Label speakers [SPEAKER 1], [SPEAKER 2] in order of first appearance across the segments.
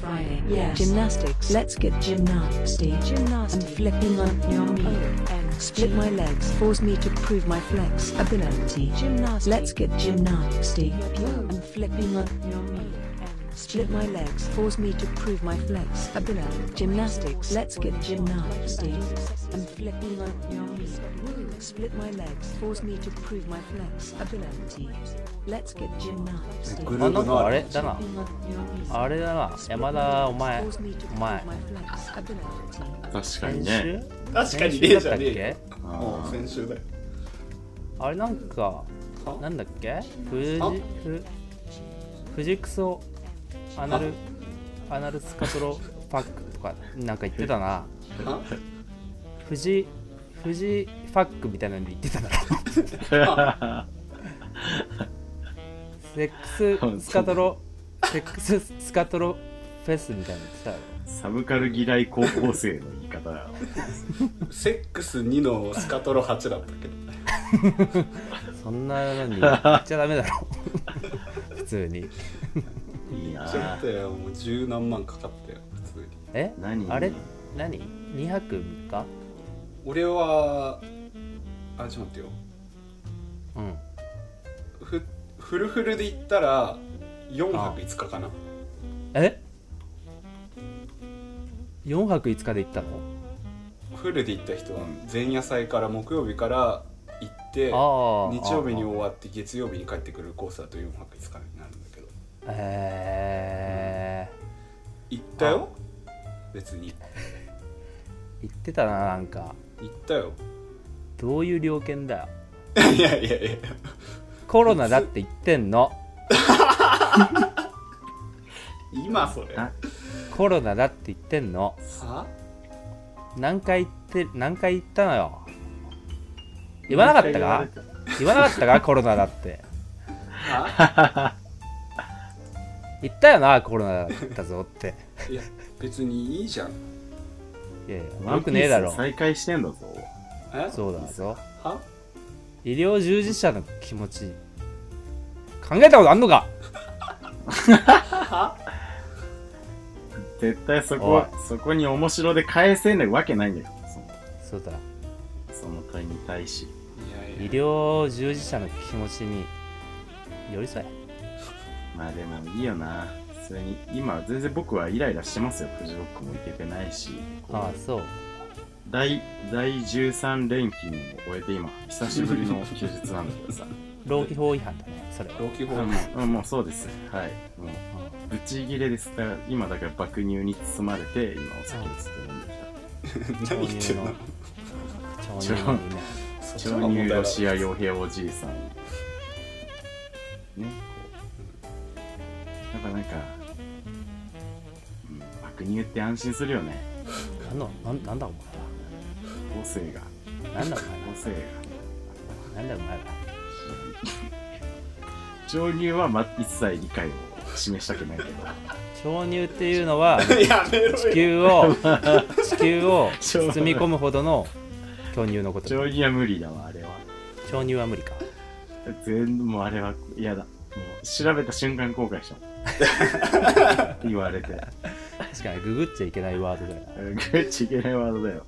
[SPEAKER 1] Friday.
[SPEAKER 2] Yes.
[SPEAKER 1] Gymnastics. Let's get gymnastic.
[SPEAKER 2] Gymnastic.
[SPEAKER 1] And flipping on your
[SPEAKER 2] Oh,
[SPEAKER 1] meat.
[SPEAKER 2] and
[SPEAKER 1] Split my legs. Force me to prove my flexibility.
[SPEAKER 2] Gymnastic.
[SPEAKER 1] Let's get gymnastic.
[SPEAKER 2] Yo.
[SPEAKER 1] And flipping on your meat.
[SPEAKER 2] Oh, and
[SPEAKER 1] Split my legs, force me to prove my flexibility. Gymnastics, let's get gymnastics. I'm flipping on your knees. Split my legs, force me to prove my flexibility. Let's get gymnastics.
[SPEAKER 3] グル
[SPEAKER 4] あ
[SPEAKER 3] ー
[SPEAKER 4] な
[SPEAKER 3] ブ
[SPEAKER 4] んか
[SPEAKER 3] の
[SPEAKER 4] あ
[SPEAKER 3] あ
[SPEAKER 4] れ
[SPEAKER 3] る
[SPEAKER 4] だな
[SPEAKER 1] Flipping on your knees.
[SPEAKER 4] あれだな山田お前
[SPEAKER 1] Force me to
[SPEAKER 4] お
[SPEAKER 1] prove
[SPEAKER 4] 前
[SPEAKER 1] my flexibility.
[SPEAKER 5] 確かに
[SPEAKER 4] 先
[SPEAKER 5] ね
[SPEAKER 4] 週
[SPEAKER 6] 確か
[SPEAKER 4] 先
[SPEAKER 6] に
[SPEAKER 4] 週
[SPEAKER 6] ねえ
[SPEAKER 4] だっ
[SPEAKER 6] じ
[SPEAKER 4] た
[SPEAKER 6] ゃ
[SPEAKER 4] っ
[SPEAKER 6] ねえ
[SPEAKER 4] け
[SPEAKER 6] よ。うん
[SPEAKER 5] あ
[SPEAKER 6] 先週だよ。
[SPEAKER 4] あれなんか
[SPEAKER 6] は
[SPEAKER 4] なんだっけフジ
[SPEAKER 6] あ
[SPEAKER 4] フフジクソアナルアナルスカトロパックとかなんか言ってたな
[SPEAKER 6] は
[SPEAKER 4] フジフジファックみたいなの言っ てたな
[SPEAKER 5] ー
[SPEAKER 4] セックススカトロセックススカトロフェスみたいなの言ってたよ
[SPEAKER 5] サブカル嫌い高校生の言い方だよ
[SPEAKER 6] セックス2のスカトロ8だったけど。
[SPEAKER 4] そんなのに言っちゃダメだ ろ普通に
[SPEAKER 5] いいな
[SPEAKER 6] ちょっ
[SPEAKER 5] ぁ
[SPEAKER 6] とよもう十何万かかったよ普通に。
[SPEAKER 4] え
[SPEAKER 5] 何
[SPEAKER 4] あれ何2泊3日
[SPEAKER 6] 俺はあちょっと待ってよ。
[SPEAKER 4] うん
[SPEAKER 6] ふフルフルで行ったら4泊5日かな。
[SPEAKER 4] え4泊5日で行ったの
[SPEAKER 6] フルで行った人は前夜祭から木曜日から行って日
[SPEAKER 4] ああ
[SPEAKER 6] 曜日に終わって月曜日に帰ってくるコースだと4泊5日になるんだけど
[SPEAKER 4] え
[SPEAKER 6] 行ったよ別に
[SPEAKER 4] ー、行ってたななんか
[SPEAKER 6] 行ったよ
[SPEAKER 4] どういう料金だよ
[SPEAKER 6] いやいやいや
[SPEAKER 4] コロナだって言ってんの
[SPEAKER 6] 今それ
[SPEAKER 5] あ
[SPEAKER 6] は
[SPEAKER 4] コロナだって言ってんの何回言って何回言ったのよ言わなかったか言わなかったかコロナだって
[SPEAKER 6] は
[SPEAKER 4] 言ったよなコロナだったぞって
[SPEAKER 6] いや別にいいじゃん
[SPEAKER 4] いやいや
[SPEAKER 5] ワ
[SPEAKER 4] よ
[SPEAKER 5] ンピ
[SPEAKER 4] く
[SPEAKER 5] ース
[SPEAKER 4] ねえ だろ
[SPEAKER 5] 再開してんだぞ
[SPEAKER 6] え
[SPEAKER 4] そうだぞ
[SPEAKER 6] は
[SPEAKER 4] 医療従事者の気持ち考えたことあんのか
[SPEAKER 5] 絶対そこはそこに面白で返せないわけないんだよ
[SPEAKER 4] そうだ
[SPEAKER 5] そのその問いに対し
[SPEAKER 6] いや
[SPEAKER 4] 医
[SPEAKER 6] いや
[SPEAKER 4] 療従事者の気持ちに寄り添え
[SPEAKER 5] まあでもいいよなそれに今全然僕はイライラしてますよフジロックも行けてないし
[SPEAKER 4] ああそう
[SPEAKER 5] 第第13連勤も終えて今久しぶりの休日なんだけど さ
[SPEAKER 4] 労基法違反だねそれは
[SPEAKER 6] 老基
[SPEAKER 5] あ
[SPEAKER 6] 法
[SPEAKER 5] もうもうそうですはいもうぶち切れですだから今だから爆乳に包まれて今お酒をずっと飲んできた
[SPEAKER 6] 何言ってんの
[SPEAKER 4] 超人のみんな
[SPEAKER 6] そっちの方
[SPEAKER 5] 超
[SPEAKER 6] が問
[SPEAKER 5] 乳
[SPEAKER 6] 題だ
[SPEAKER 5] ロシア傭兵おじいさんねこうやっぱなんか、うん、爆乳って安心するよね
[SPEAKER 4] なんだなんなんだお前
[SPEAKER 5] 母性が
[SPEAKER 4] はなんだ
[SPEAKER 5] 母
[SPEAKER 4] お
[SPEAKER 5] 性が
[SPEAKER 4] 前はなんだお前は
[SPEAKER 5] 超乳は、ま、一切理解を示したくないけど
[SPEAKER 4] 超乳っていうのは
[SPEAKER 6] やめろ
[SPEAKER 4] 地
[SPEAKER 6] よ
[SPEAKER 4] 球を地 球を包み込むほどの巨乳のこと
[SPEAKER 5] 超乳は無理だわあれは
[SPEAKER 4] 超乳は無理か
[SPEAKER 5] 全もうあれは嫌だもう調べた瞬間後悔したって言われて
[SPEAKER 4] 確かにググっちゃいけないワードだよな
[SPEAKER 5] グッチいけないワードだよ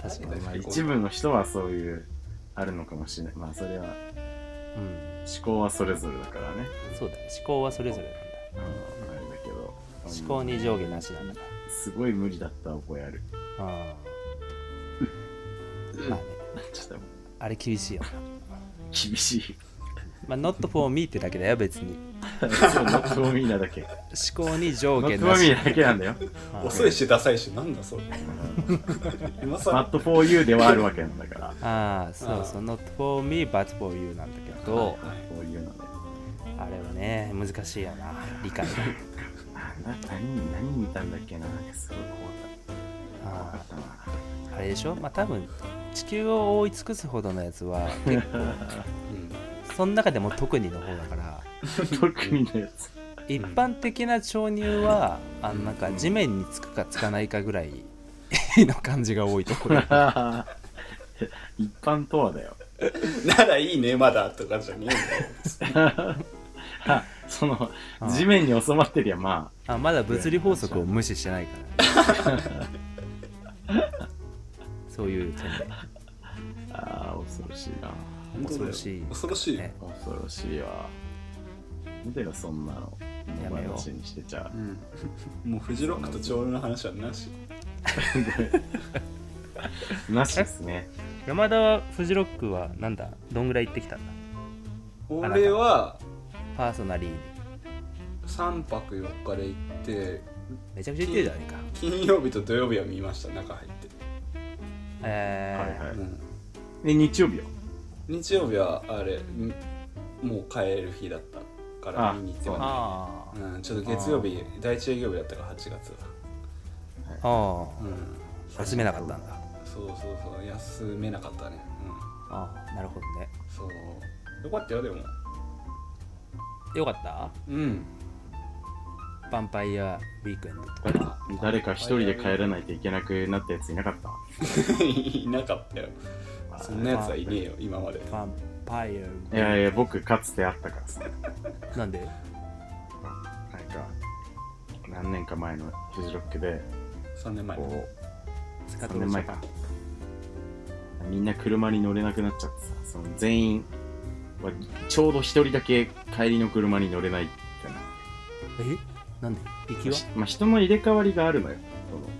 [SPEAKER 4] 確か
[SPEAKER 6] う
[SPEAKER 4] に
[SPEAKER 6] ん
[SPEAKER 5] まあ一部の人はそういうあるのかもしれないまあそれは
[SPEAKER 4] うん
[SPEAKER 5] 思考はそれぞれだからね、
[SPEAKER 4] そうだね思考はそれぞれなんだ
[SPEAKER 5] うん、あれだけど
[SPEAKER 4] 思考に上下なしなんだか
[SPEAKER 5] すごい無理だった覚えある
[SPEAKER 4] らああまあね
[SPEAKER 5] ちょっと
[SPEAKER 4] あれ厳しいよ
[SPEAKER 5] 厳しい
[SPEAKER 4] まあ not for me ってだけだよ別に
[SPEAKER 5] そうノットオミー ナだけ
[SPEAKER 4] 思考に上
[SPEAKER 5] ノ
[SPEAKER 4] 下
[SPEAKER 5] ットオ
[SPEAKER 4] な
[SPEAKER 5] ミー
[SPEAKER 4] し
[SPEAKER 5] ナだけなんだよ
[SPEAKER 4] あ
[SPEAKER 6] 遅いしダサいしなんだそれ今
[SPEAKER 5] マ
[SPEAKER 6] さ
[SPEAKER 5] ット 4U ではあるわけなんだから
[SPEAKER 4] ああそ
[SPEAKER 6] あ
[SPEAKER 4] う
[SPEAKER 6] あ
[SPEAKER 4] そう not for me but for you なんだけど
[SPEAKER 5] こういうのね
[SPEAKER 4] あれはね難しいよな理解が
[SPEAKER 5] あな何何見たんだっけななんかすごい怖か
[SPEAKER 4] あ
[SPEAKER 5] った怖か
[SPEAKER 4] ああれでしょまあ多分地球を覆い尽くすほどのやつは結構その中でも特にの方だから
[SPEAKER 5] ったな特にのやつ
[SPEAKER 4] 一般的な潮流はあのなんか地面につくかつかないかぐらいの感じが多いところ
[SPEAKER 5] 一般とはだよ
[SPEAKER 6] ならいいねまだとかじゃねえんだよ
[SPEAKER 5] あその
[SPEAKER 4] うん
[SPEAKER 5] 地面に収まってりゃま
[SPEAKER 4] あまだ物理法則を無視してないから、 そういう点で
[SPEAKER 5] ああー恐ろしいな
[SPEAKER 6] 本当だよ
[SPEAKER 4] 恐ろしい
[SPEAKER 6] 恐ろしい、
[SPEAKER 4] ね
[SPEAKER 5] 恐ろしいわ見てよそんなの
[SPEAKER 4] や
[SPEAKER 5] 野
[SPEAKER 4] めよう
[SPEAKER 5] 放しにしてちゃ
[SPEAKER 6] うん、もうフジロックと長老の話はなし
[SPEAKER 5] なしですね
[SPEAKER 4] 山田はフジロックはなんだどんぐらい行ってきたんだ
[SPEAKER 6] 俺は
[SPEAKER 4] パーソナリー
[SPEAKER 6] 3泊4日で行って
[SPEAKER 4] めちゃくちゃ行ってるじゃないか
[SPEAKER 6] 金曜日と土曜日は見ました中入って、
[SPEAKER 4] え
[SPEAKER 5] は
[SPEAKER 4] ー
[SPEAKER 5] いはい
[SPEAKER 6] うん、
[SPEAKER 5] え日曜日よ
[SPEAKER 6] 日曜日はあれんもう帰る日だったから
[SPEAKER 5] あ
[SPEAKER 6] 見に行っては
[SPEAKER 4] あ
[SPEAKER 6] ない、うん、ちょっと月曜日第一営業日だったから8月は、
[SPEAKER 4] あ
[SPEAKER 6] う
[SPEAKER 4] ああ
[SPEAKER 6] ん、
[SPEAKER 4] 休めなかったんだ
[SPEAKER 6] そうそうそう休めなかったね
[SPEAKER 4] ああなるほどね
[SPEAKER 6] うんそうよかったよでも
[SPEAKER 4] よかった
[SPEAKER 6] うん
[SPEAKER 4] ヴァンパイアウィークエンドとか
[SPEAKER 5] 誰か一人で帰らないといけなくなったやついなかっ た
[SPEAKER 6] いなかったよそんなやつはいねえよ今まで
[SPEAKER 4] ヴァンパイアウィーク
[SPEAKER 5] い
[SPEAKER 4] エン
[SPEAKER 5] やいや僕かつてあったからさ
[SPEAKER 4] ドなんで
[SPEAKER 5] なんか何年か前のフジロックで
[SPEAKER 6] 3年前
[SPEAKER 5] こう
[SPEAKER 4] 使っ
[SPEAKER 5] 3
[SPEAKER 4] て
[SPEAKER 5] 年
[SPEAKER 4] ま
[SPEAKER 5] 前
[SPEAKER 4] した
[SPEAKER 5] かみんな車に乗れなくなっちゃってさその全員はちょうど一人だけ帰りの車に乗れないみたいな
[SPEAKER 4] えなんで行きは
[SPEAKER 5] しまあ、人の入れ替わりがあるのよ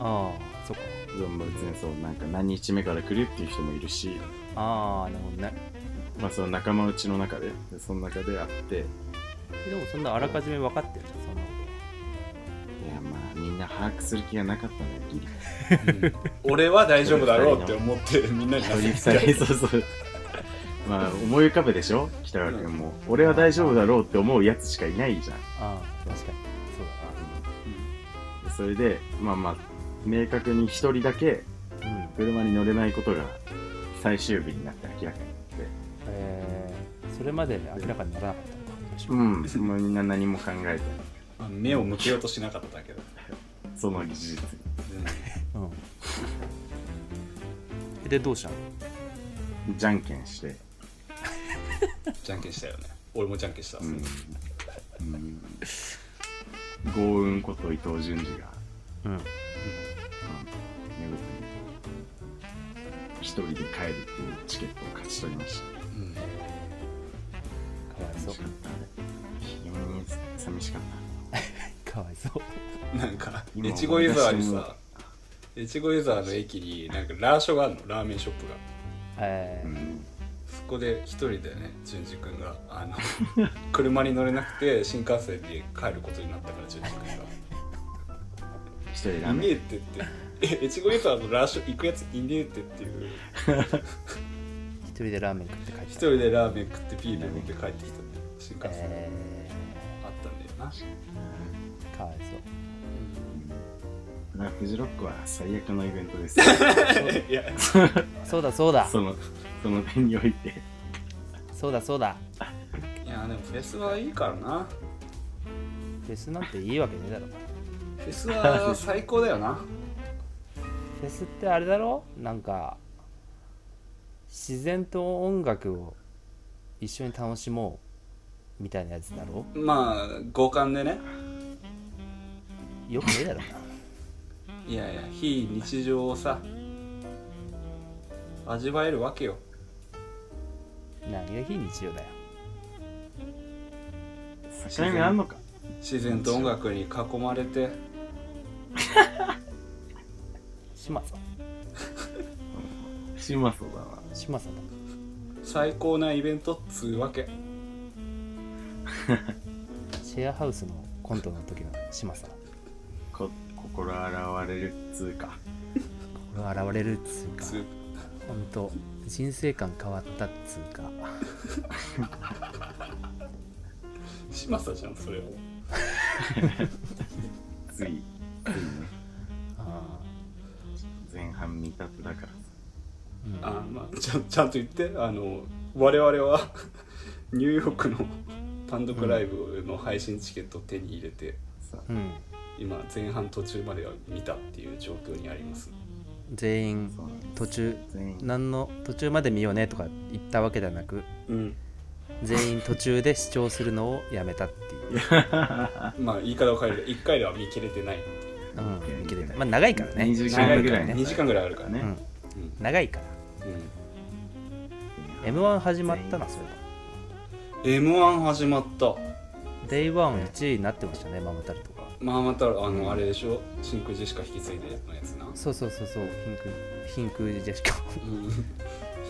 [SPEAKER 4] ああそっか
[SPEAKER 5] そのまあ別にそうなんか何日目から来るっていう人もいるし、
[SPEAKER 4] ああなるほどね
[SPEAKER 5] まあ、その仲間内の中ででその中であってい
[SPEAKER 4] でもそんなあらかじめ分かってるじゃんそんなこ
[SPEAKER 5] やまあみんな把握する気がなかったねギリ
[SPEAKER 6] うん俺は大丈夫だろうって思って みんなに
[SPEAKER 5] 一
[SPEAKER 6] 話
[SPEAKER 5] 人
[SPEAKER 6] して
[SPEAKER 5] 二人そう そうまあ思い浮かべでしょ北川君も、俺は大丈夫だろうって思うやつしかいないじゃ
[SPEAKER 4] と
[SPEAKER 5] ん
[SPEAKER 4] ああ確かにそう
[SPEAKER 5] でそれでまあまあ明確に一人だけ
[SPEAKER 4] だなうん
[SPEAKER 5] 車に乗れないことが最終日になって明らかになって
[SPEAKER 4] えー、それまで明らかにならなかったのか私
[SPEAKER 5] う
[SPEAKER 4] も
[SPEAKER 5] んもうみんな何も考えてない
[SPEAKER 6] 目を向けようとしなかったけど、
[SPEAKER 5] その事実
[SPEAKER 4] うんでどうしたの
[SPEAKER 5] にじゃんけんして
[SPEAKER 6] うんじゃんけんしたよね俺もじゃんけんした、
[SPEAKER 5] うん、豪運こと伊藤淳二が、
[SPEAKER 4] うん
[SPEAKER 5] うん、見事に一人で帰るっていうチケットを勝ち取りました
[SPEAKER 6] うん
[SPEAKER 4] かわいそ
[SPEAKER 5] 寂しかった非常に寂しかっ
[SPEAKER 4] う かわいそう
[SPEAKER 6] なんか
[SPEAKER 5] 今
[SPEAKER 6] 越後湯沢に
[SPEAKER 5] 思い
[SPEAKER 6] さ越後湯沢の駅になんかラーショがあるのラーメンショップが
[SPEAKER 4] え
[SPEAKER 5] た、うん、
[SPEAKER 6] そこで一人でね淳二君があの車に乗れなくて新幹線で帰ることになったから淳二君
[SPEAKER 5] 一人
[SPEAKER 6] が「
[SPEAKER 5] ラ
[SPEAKER 6] いね
[SPEAKER 5] ーメ
[SPEAKER 6] え」
[SPEAKER 5] ン
[SPEAKER 6] って言って「え越後湯沢のラーショ行くやついねえって」っていう
[SPEAKER 4] ー一人でラーメン食って帰って
[SPEAKER 6] 一
[SPEAKER 4] きた
[SPEAKER 6] 人でラーメン食ってビール飲んで帰ってきたんだよ新幹線
[SPEAKER 4] え
[SPEAKER 6] あったんだよな
[SPEAKER 4] ー、かわいそ
[SPEAKER 5] まあフジロックは最悪のイベントです
[SPEAKER 6] いや
[SPEAKER 4] うそうだそうだ
[SPEAKER 5] そのその点におい て
[SPEAKER 4] そうだそうだ
[SPEAKER 6] いやでもフェスはいいからな
[SPEAKER 4] フェスなんていいわけねえだろフ
[SPEAKER 6] フェスは最高だよな
[SPEAKER 4] ェスってあれだろなんか自然と音楽を一緒に楽しもうみたいなやつだろ
[SPEAKER 6] まあ五感でね
[SPEAKER 4] よくねえだろ
[SPEAKER 6] いやいや非日常をさ味わえるわけよ
[SPEAKER 4] な何が非日常だよ
[SPEAKER 5] 境目あんのか
[SPEAKER 6] 自然と音楽に囲まれて
[SPEAKER 4] 島さん
[SPEAKER 5] しまそうだな
[SPEAKER 4] 島さんだ
[SPEAKER 6] 最高なイベントっつうわけ
[SPEAKER 4] シェアハウスのコントの時の島さん
[SPEAKER 5] こ心洗れるっつうか
[SPEAKER 4] これ現れるっつうか
[SPEAKER 6] つう
[SPEAKER 4] 本当人生観変わったっつうか
[SPEAKER 6] 嶋佐じゃんそれを
[SPEAKER 5] ついついね
[SPEAKER 4] あ
[SPEAKER 5] 前半見立てだから
[SPEAKER 4] ー、
[SPEAKER 6] あまあちゃんちゃんと言ってあの我々は ニューヨークの単独ライブの配信チケットを手に入れて、
[SPEAKER 5] さ
[SPEAKER 4] うん、うん、
[SPEAKER 6] 今前半途中までは見たっていう状況にあります
[SPEAKER 4] 全員
[SPEAKER 5] そうなんです
[SPEAKER 4] 途中
[SPEAKER 5] 全員
[SPEAKER 4] 何の途中まで見ようねとか言ったわけではなく
[SPEAKER 6] うん
[SPEAKER 4] 全員途中で主張するのをやめたっていう、
[SPEAKER 6] まあ言い方を変えると1回では見切れてない
[SPEAKER 4] うん、見切れたまあ長いからね
[SPEAKER 5] 20時
[SPEAKER 6] 長
[SPEAKER 5] 間
[SPEAKER 6] い
[SPEAKER 5] ぐらい
[SPEAKER 4] ね
[SPEAKER 5] ね
[SPEAKER 6] 2時間ぐらいあるからね、
[SPEAKER 5] ね、
[SPEAKER 6] うん
[SPEAKER 4] 長いから
[SPEAKER 6] うん、
[SPEAKER 4] m 1始まったなそれ
[SPEAKER 6] m 1始まった
[SPEAKER 4] デイワン1位になってましたねママタルとか
[SPEAKER 6] まあまたあのあれでしょ真空ジェシカ引き継いでのやつな、
[SPEAKER 4] そうそうそうそう貧空貧空ジェシカ
[SPEAKER 6] うん、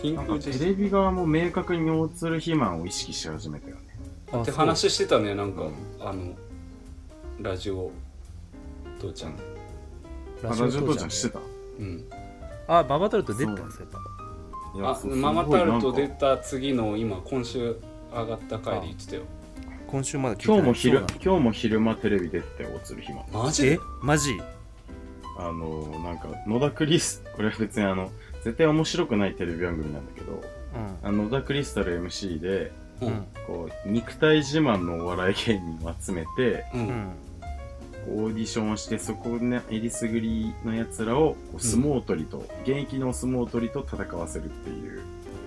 [SPEAKER 6] 真
[SPEAKER 5] なん
[SPEAKER 6] 空
[SPEAKER 5] か
[SPEAKER 6] ジ
[SPEAKER 5] テ
[SPEAKER 6] ェシ
[SPEAKER 5] レビ側も明確に大鶴肥満を意識し始めたよね
[SPEAKER 6] カ
[SPEAKER 4] あ
[SPEAKER 6] って
[SPEAKER 4] そう
[SPEAKER 6] 話してたねなんか、
[SPEAKER 5] うん
[SPEAKER 6] あのラジオ父ちゃん
[SPEAKER 5] ラジオ父ちゃんしてた
[SPEAKER 6] うん
[SPEAKER 4] あママタルと出てたん
[SPEAKER 5] そう
[SPEAKER 4] ですよ
[SPEAKER 5] いや
[SPEAKER 6] あ
[SPEAKER 5] そう
[SPEAKER 6] ママタルト
[SPEAKER 5] すごい
[SPEAKER 6] 出
[SPEAKER 5] なんか
[SPEAKER 6] た次の今今週上がった回で言ってたよ
[SPEAKER 4] 今週まだ聞いてな
[SPEAKER 5] 今
[SPEAKER 4] い
[SPEAKER 5] 日も昼
[SPEAKER 4] そうな
[SPEAKER 5] 今日も昼間テレビ出てたよ大鶴肥満
[SPEAKER 6] マジ
[SPEAKER 4] のえ
[SPEAKER 6] で
[SPEAKER 4] マジ
[SPEAKER 5] あのなんか野田クリスこれは別にあの絶対面白くないテレビ番組なんだけど
[SPEAKER 4] うん
[SPEAKER 5] あの野田クリスタル MC で
[SPEAKER 6] う
[SPEAKER 4] うんん
[SPEAKER 5] こう肉体自慢のお笑い芸人を集めて
[SPEAKER 6] うん、
[SPEAKER 4] うん
[SPEAKER 5] こうオーディションをしてそこねえりすぐりのやつらをこう相撲取りと、現役の相撲取りと戦わせるっていう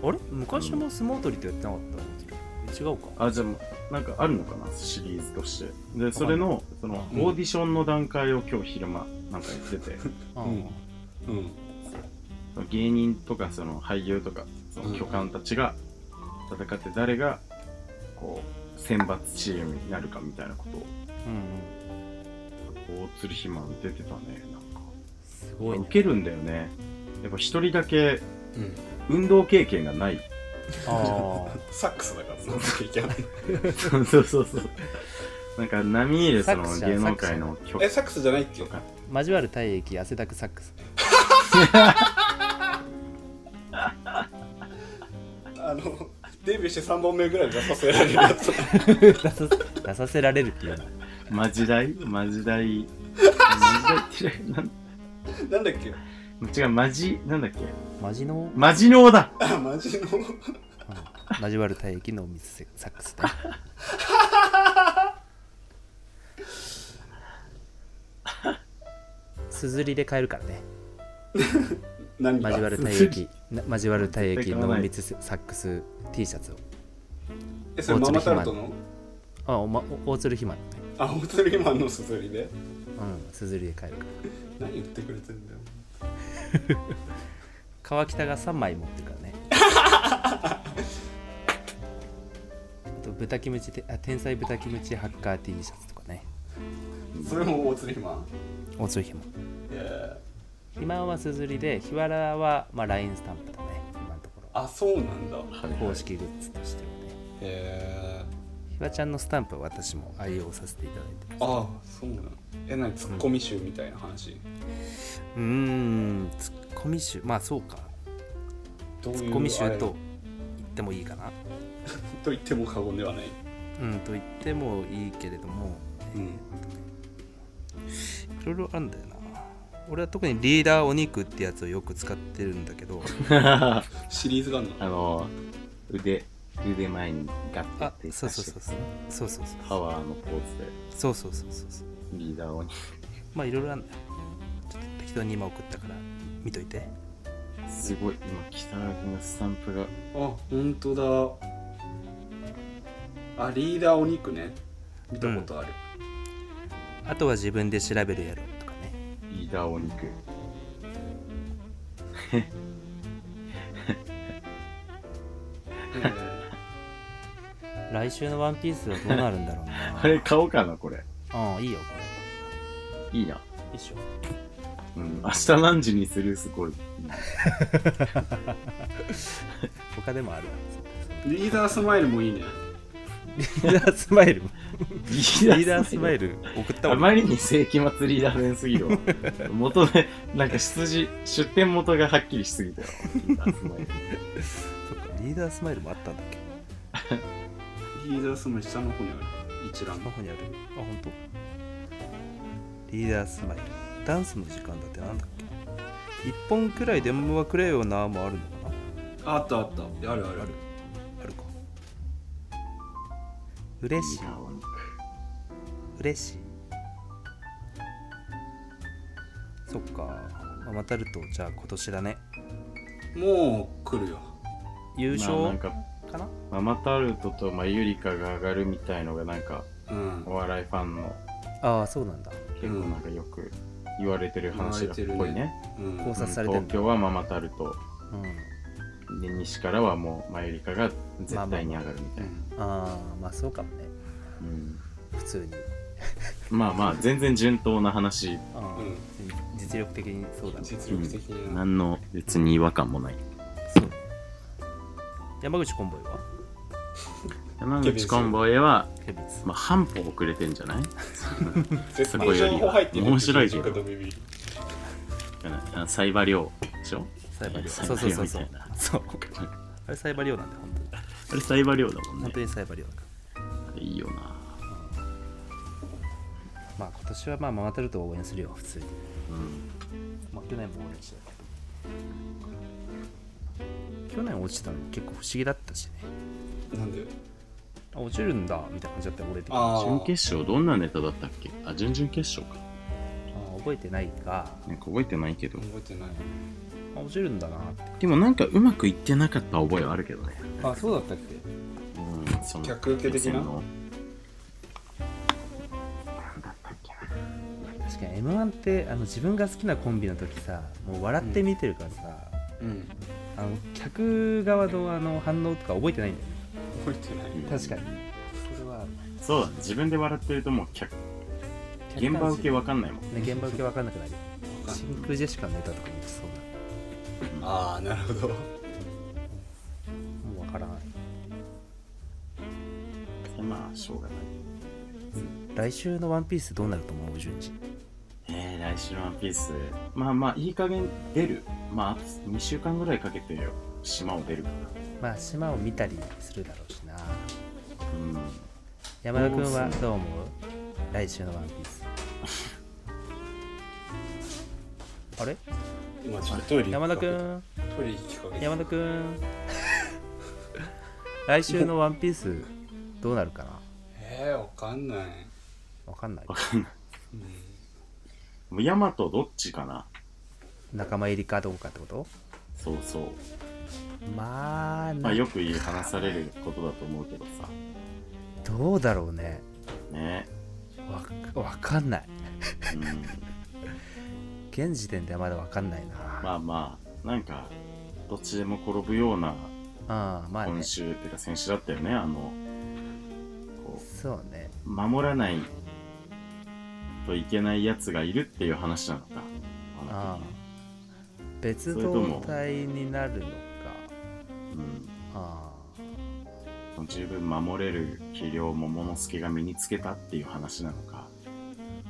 [SPEAKER 4] あれ昔も相撲取りとやってなかった違うか
[SPEAKER 5] あじゃあなんかあるのかなシリーズとしてでそれのそのオーディションの段階を今日昼間なんかやってて
[SPEAKER 4] うん
[SPEAKER 6] うんうん
[SPEAKER 5] その芸人とかその俳優とかその巨漢たちが戦って誰がこう選抜チームになるかみたいなこと
[SPEAKER 4] う
[SPEAKER 5] を
[SPEAKER 4] ん
[SPEAKER 5] 大鶴肥満出てたねなんか
[SPEAKER 4] すごいね
[SPEAKER 5] 受けるんだよねやっぱ一人だけ
[SPEAKER 6] うん
[SPEAKER 5] 運動経験がない
[SPEAKER 4] あ
[SPEAKER 6] サックスだからその時いけない
[SPEAKER 5] そうそうそうなんか並みいるその
[SPEAKER 4] 作者
[SPEAKER 5] 芸能界の曲
[SPEAKER 6] えサックスじゃないっけ
[SPEAKER 4] あ交わる体液汗だくサッ クス
[SPEAKER 6] あのデビューして3本目ぐらいで出させられるやつ
[SPEAKER 4] 出さ出させられるっていうな
[SPEAKER 5] マジ大マジ大マジ大ってなん
[SPEAKER 6] なんだっけ
[SPEAKER 5] 違うマジなんだっけ
[SPEAKER 4] マジの
[SPEAKER 5] マジノ ーだ
[SPEAKER 6] あマジの
[SPEAKER 4] 交わる体液の水サックスだすずりで買えるからね
[SPEAKER 6] 何か
[SPEAKER 4] 交わる体液な交わる体液の水サックス T シャツを
[SPEAKER 6] えそれママタルトの
[SPEAKER 4] あお、ま、お大鶴ひまね
[SPEAKER 6] あホテルリマンのすずりで
[SPEAKER 4] うんすずりで買えるから
[SPEAKER 6] 何言ってくれてんだよ
[SPEAKER 4] 川北が3枚持ってるからねあと豚キムチてあ天才豚キムチハッカー T シャツとかね
[SPEAKER 6] それも大鶴ひま
[SPEAKER 4] 大鶴ひま
[SPEAKER 6] いや
[SPEAKER 4] 今はすずりで日原は、まあ、ラインスタンプだね今のところ
[SPEAKER 6] あそうなんだ
[SPEAKER 4] 公式グッズとしてはね
[SPEAKER 6] へえ
[SPEAKER 4] ひわちゃんのスタンプは私も愛用させていただいてます
[SPEAKER 6] あそうなんえ何ツッコミ集みたいな話
[SPEAKER 4] うーんツッコミ集まあそうか
[SPEAKER 6] どういう
[SPEAKER 4] ツッコミ集
[SPEAKER 6] あれ
[SPEAKER 4] と言ってもいいかな
[SPEAKER 6] と言っても過言ではない
[SPEAKER 4] うんと言ってもいいけれども
[SPEAKER 6] うん
[SPEAKER 4] いろいろあるんだよな俺は特にリーダーお肉ってやつをよく使ってるんだけ ど
[SPEAKER 5] あ
[SPEAKER 6] シリーズがあるの
[SPEAKER 5] の腕腕前にガッてや
[SPEAKER 4] あ
[SPEAKER 5] って
[SPEAKER 4] そうそうそうそうそうそうそう
[SPEAKER 5] パワーのポーズで
[SPEAKER 4] そうそうそうそうそう
[SPEAKER 5] リーダーをに
[SPEAKER 4] まあいろいろあるんだよちょっと適当に今送ったから見といて
[SPEAKER 5] すごい今北原君がスタンプが
[SPEAKER 6] あ本当だあリーダーお肉ね見たことある、
[SPEAKER 4] あとは自分で調べるやろとかね
[SPEAKER 5] リーダーお肉
[SPEAKER 4] 来週のワンピースはどうなるんだろうな
[SPEAKER 5] あれ買おうかなこれ
[SPEAKER 4] うんいいよこ
[SPEAKER 5] いいな
[SPEAKER 4] れ一緒
[SPEAKER 5] うん明日何時にするすごい
[SPEAKER 4] 他でもある
[SPEAKER 6] リーダースマイルもいいね
[SPEAKER 4] リーダースマイル
[SPEAKER 5] リ
[SPEAKER 4] リ
[SPEAKER 5] ー
[SPEAKER 4] ーダースマイル送った
[SPEAKER 5] あ
[SPEAKER 4] わ
[SPEAKER 5] まりに世紀末リーダー面すぎ るわ元でなんか出自出店元がはっきりしすぎたよリーダースマイ
[SPEAKER 4] そっ
[SPEAKER 5] ル
[SPEAKER 4] かリーダースマイルもあったんだっけ
[SPEAKER 6] リーダースマイル下の方にある一覧
[SPEAKER 4] スマホにあるあ本当。リーダースマイルダンスの時間だってなんだっけ一本くらい電話くれよなもあるのかな
[SPEAKER 6] あったあったあるあるある
[SPEAKER 4] あるか嬉し
[SPEAKER 5] リ
[SPEAKER 4] い
[SPEAKER 5] ーダーお肉
[SPEAKER 4] 嬉しいそっかママタルトじゃあ今年だね
[SPEAKER 6] もう来るよ
[SPEAKER 4] 優勝、
[SPEAKER 5] まあなんか
[SPEAKER 4] かな
[SPEAKER 5] ママタルトと、まあ、ユリカが上がるみたいのがなんか
[SPEAKER 6] うん
[SPEAKER 5] お笑いファンの
[SPEAKER 4] ああそうなんだ
[SPEAKER 5] 結構なんかよく言われてる話だっ
[SPEAKER 6] 言わ
[SPEAKER 5] ぽ
[SPEAKER 6] れ
[SPEAKER 5] い
[SPEAKER 6] てる
[SPEAKER 5] ね
[SPEAKER 6] うん
[SPEAKER 4] 考察されてん
[SPEAKER 5] 東
[SPEAKER 4] だ
[SPEAKER 5] 京はママタルト
[SPEAKER 4] うん
[SPEAKER 5] で西からはもうマユリカが絶対に上がるみたいな、
[SPEAKER 4] ああまあそうかもね
[SPEAKER 5] うん
[SPEAKER 4] 普通に
[SPEAKER 5] まあまあ全然順当な話
[SPEAKER 4] あ
[SPEAKER 6] うん
[SPEAKER 4] ー実力的にそうだね
[SPEAKER 6] 実力的にな
[SPEAKER 5] 何の別に違和感もない
[SPEAKER 4] そう山口コンボイは
[SPEAKER 5] 山口コンボイは、
[SPEAKER 4] ヘビーズ
[SPEAKER 5] まあ、半歩遅れてんじゃない
[SPEAKER 6] 絶
[SPEAKER 5] そこ
[SPEAKER 6] 対
[SPEAKER 5] よ
[SPEAKER 6] 情
[SPEAKER 5] り
[SPEAKER 6] 報入ってる
[SPEAKER 5] 面白いけど
[SPEAKER 6] 実家とビビる
[SPEAKER 5] あサイバリョウでしょ
[SPEAKER 4] サイバリオ
[SPEAKER 5] サイ
[SPEAKER 4] そ
[SPEAKER 5] バ
[SPEAKER 4] うそう
[SPEAKER 5] リョ
[SPEAKER 4] そう
[SPEAKER 5] み
[SPEAKER 4] そ
[SPEAKER 5] た
[SPEAKER 4] う
[SPEAKER 5] いな
[SPEAKER 4] そうあれサイバリオなんで本当に
[SPEAKER 5] あれサイバリョウだもん
[SPEAKER 4] 本
[SPEAKER 5] ね
[SPEAKER 4] 当にサイバリオだか
[SPEAKER 5] いいよな
[SPEAKER 4] ら、まあ今年はまあママタルトを応援するよ普通に
[SPEAKER 5] うん
[SPEAKER 4] まあ去年も応援してたけど去年落ちたの結構不思議だったしね
[SPEAKER 6] なんで
[SPEAKER 4] あ落ちるんだみたいな感じだったよ俺的にあ
[SPEAKER 6] あ
[SPEAKER 5] 準決勝どんなネタだったっけあ準々決勝か
[SPEAKER 4] あ覚えてないが
[SPEAKER 5] なんか覚えてないけど
[SPEAKER 6] あ覚えてない
[SPEAKER 4] あ落ちるんだなって
[SPEAKER 5] でもなんかうまくいってなかった覚えはあるけどね
[SPEAKER 4] あそうだったっけ
[SPEAKER 5] うんその
[SPEAKER 6] 客受け的な
[SPEAKER 5] 予選のなんだったっけな
[SPEAKER 4] 確かに m 1ってあの自分が好きなコンビの時さもう笑って見てるからさ、
[SPEAKER 6] うん
[SPEAKER 4] あの客側のあの反応とか覚えてないんだよね
[SPEAKER 6] 覚えてない
[SPEAKER 5] うん
[SPEAKER 4] 確かにそれは
[SPEAKER 5] そうだね自分で笑ってるともう客現場受けわかんないもん
[SPEAKER 4] ね現場受け分かんなくなる
[SPEAKER 6] かんない
[SPEAKER 4] 真空ジェシカのネタとかもそうだ
[SPEAKER 6] ああなるほど
[SPEAKER 4] もう分からない
[SPEAKER 5] まあしょうがない
[SPEAKER 4] 来週の「ワンピースどうなると思う順次
[SPEAKER 5] えー、来週のワンピースまあまあいい加減出るまああと2週間ぐらいかけてよ島を出るか
[SPEAKER 4] まあ島を見たりするだろうしな
[SPEAKER 5] らうん
[SPEAKER 4] 山田君
[SPEAKER 5] そう
[SPEAKER 4] は
[SPEAKER 5] っすね
[SPEAKER 4] どう思う来週の「ワンピース あれ
[SPEAKER 6] 今ちょっとトイレ行
[SPEAKER 4] 山
[SPEAKER 6] く
[SPEAKER 4] 田
[SPEAKER 6] かけて
[SPEAKER 4] 君
[SPEAKER 6] トイレ行きかけて
[SPEAKER 4] 山田君 来週の「ワンピースどうなるかな
[SPEAKER 6] えー、わかんない、
[SPEAKER 4] 分かんない
[SPEAKER 5] わかんない
[SPEAKER 6] うん、
[SPEAKER 5] もうヤマトどっちかな
[SPEAKER 4] 仲間入りかどうかってこと
[SPEAKER 5] そうそう
[SPEAKER 4] まあ
[SPEAKER 5] ま
[SPEAKER 4] な
[SPEAKER 5] あよく言う話されることだと思うけどさ
[SPEAKER 4] どうだろうね
[SPEAKER 5] ね
[SPEAKER 4] わわかんない
[SPEAKER 5] うん
[SPEAKER 4] 現時点ではまだわかんないな、
[SPEAKER 5] まあまあなんかどっちでも転ぶような
[SPEAKER 4] あ、うんまあね
[SPEAKER 5] 今週、っていうか先週だったよねあのこ
[SPEAKER 4] そうね
[SPEAKER 5] う守らないといけないやつがいるっていう話なのか
[SPEAKER 4] ああ
[SPEAKER 5] の時ね
[SPEAKER 4] 別
[SPEAKER 5] それと
[SPEAKER 4] 動
[SPEAKER 5] も
[SPEAKER 4] 体になるのか
[SPEAKER 5] うん
[SPEAKER 4] あ
[SPEAKER 5] 十分守れる肥料を桃之助が身につけたっていう話なのか、
[SPEAKER 4] あ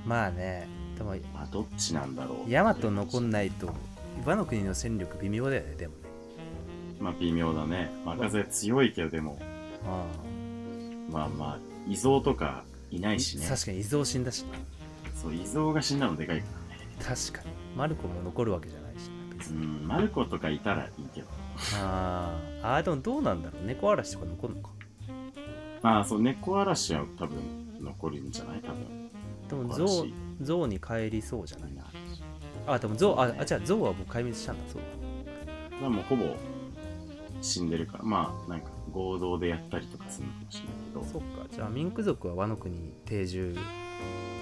[SPEAKER 4] まあねでも
[SPEAKER 5] まあ、どっちなんだろう
[SPEAKER 4] ヤマト残ん
[SPEAKER 5] い
[SPEAKER 4] ないと岩の国の戦力微妙だよねでもね
[SPEAKER 5] まあ微妙だねまあ風強いけどでも
[SPEAKER 4] あ
[SPEAKER 5] まあまあ異蔵とかいな
[SPEAKER 4] あ
[SPEAKER 5] いしね
[SPEAKER 4] 確かに異蔵死んだし
[SPEAKER 5] そう異蔵が死んだのでかいか
[SPEAKER 4] 確かにマルコも残るわけじゃないし別
[SPEAKER 5] ら
[SPEAKER 4] に、
[SPEAKER 5] うんマルコとかいたらいいけど
[SPEAKER 4] ああああでもどうなんだろう猫嵐とか残るのか
[SPEAKER 5] まあそう猫嵐は多分残るんじゃない多分
[SPEAKER 4] でも
[SPEAKER 5] 猫
[SPEAKER 4] ゾ
[SPEAKER 5] 嵐
[SPEAKER 4] ウゾウに帰りそうじゃない
[SPEAKER 5] いな
[SPEAKER 4] あでもゾウああ違うゾウはもう壊滅したんだそう
[SPEAKER 5] まあもうほぼ死んでるからまあなんか合同でやったりとかするのかもしれないけど
[SPEAKER 4] そっかじゃあミンク族はワノ国に定住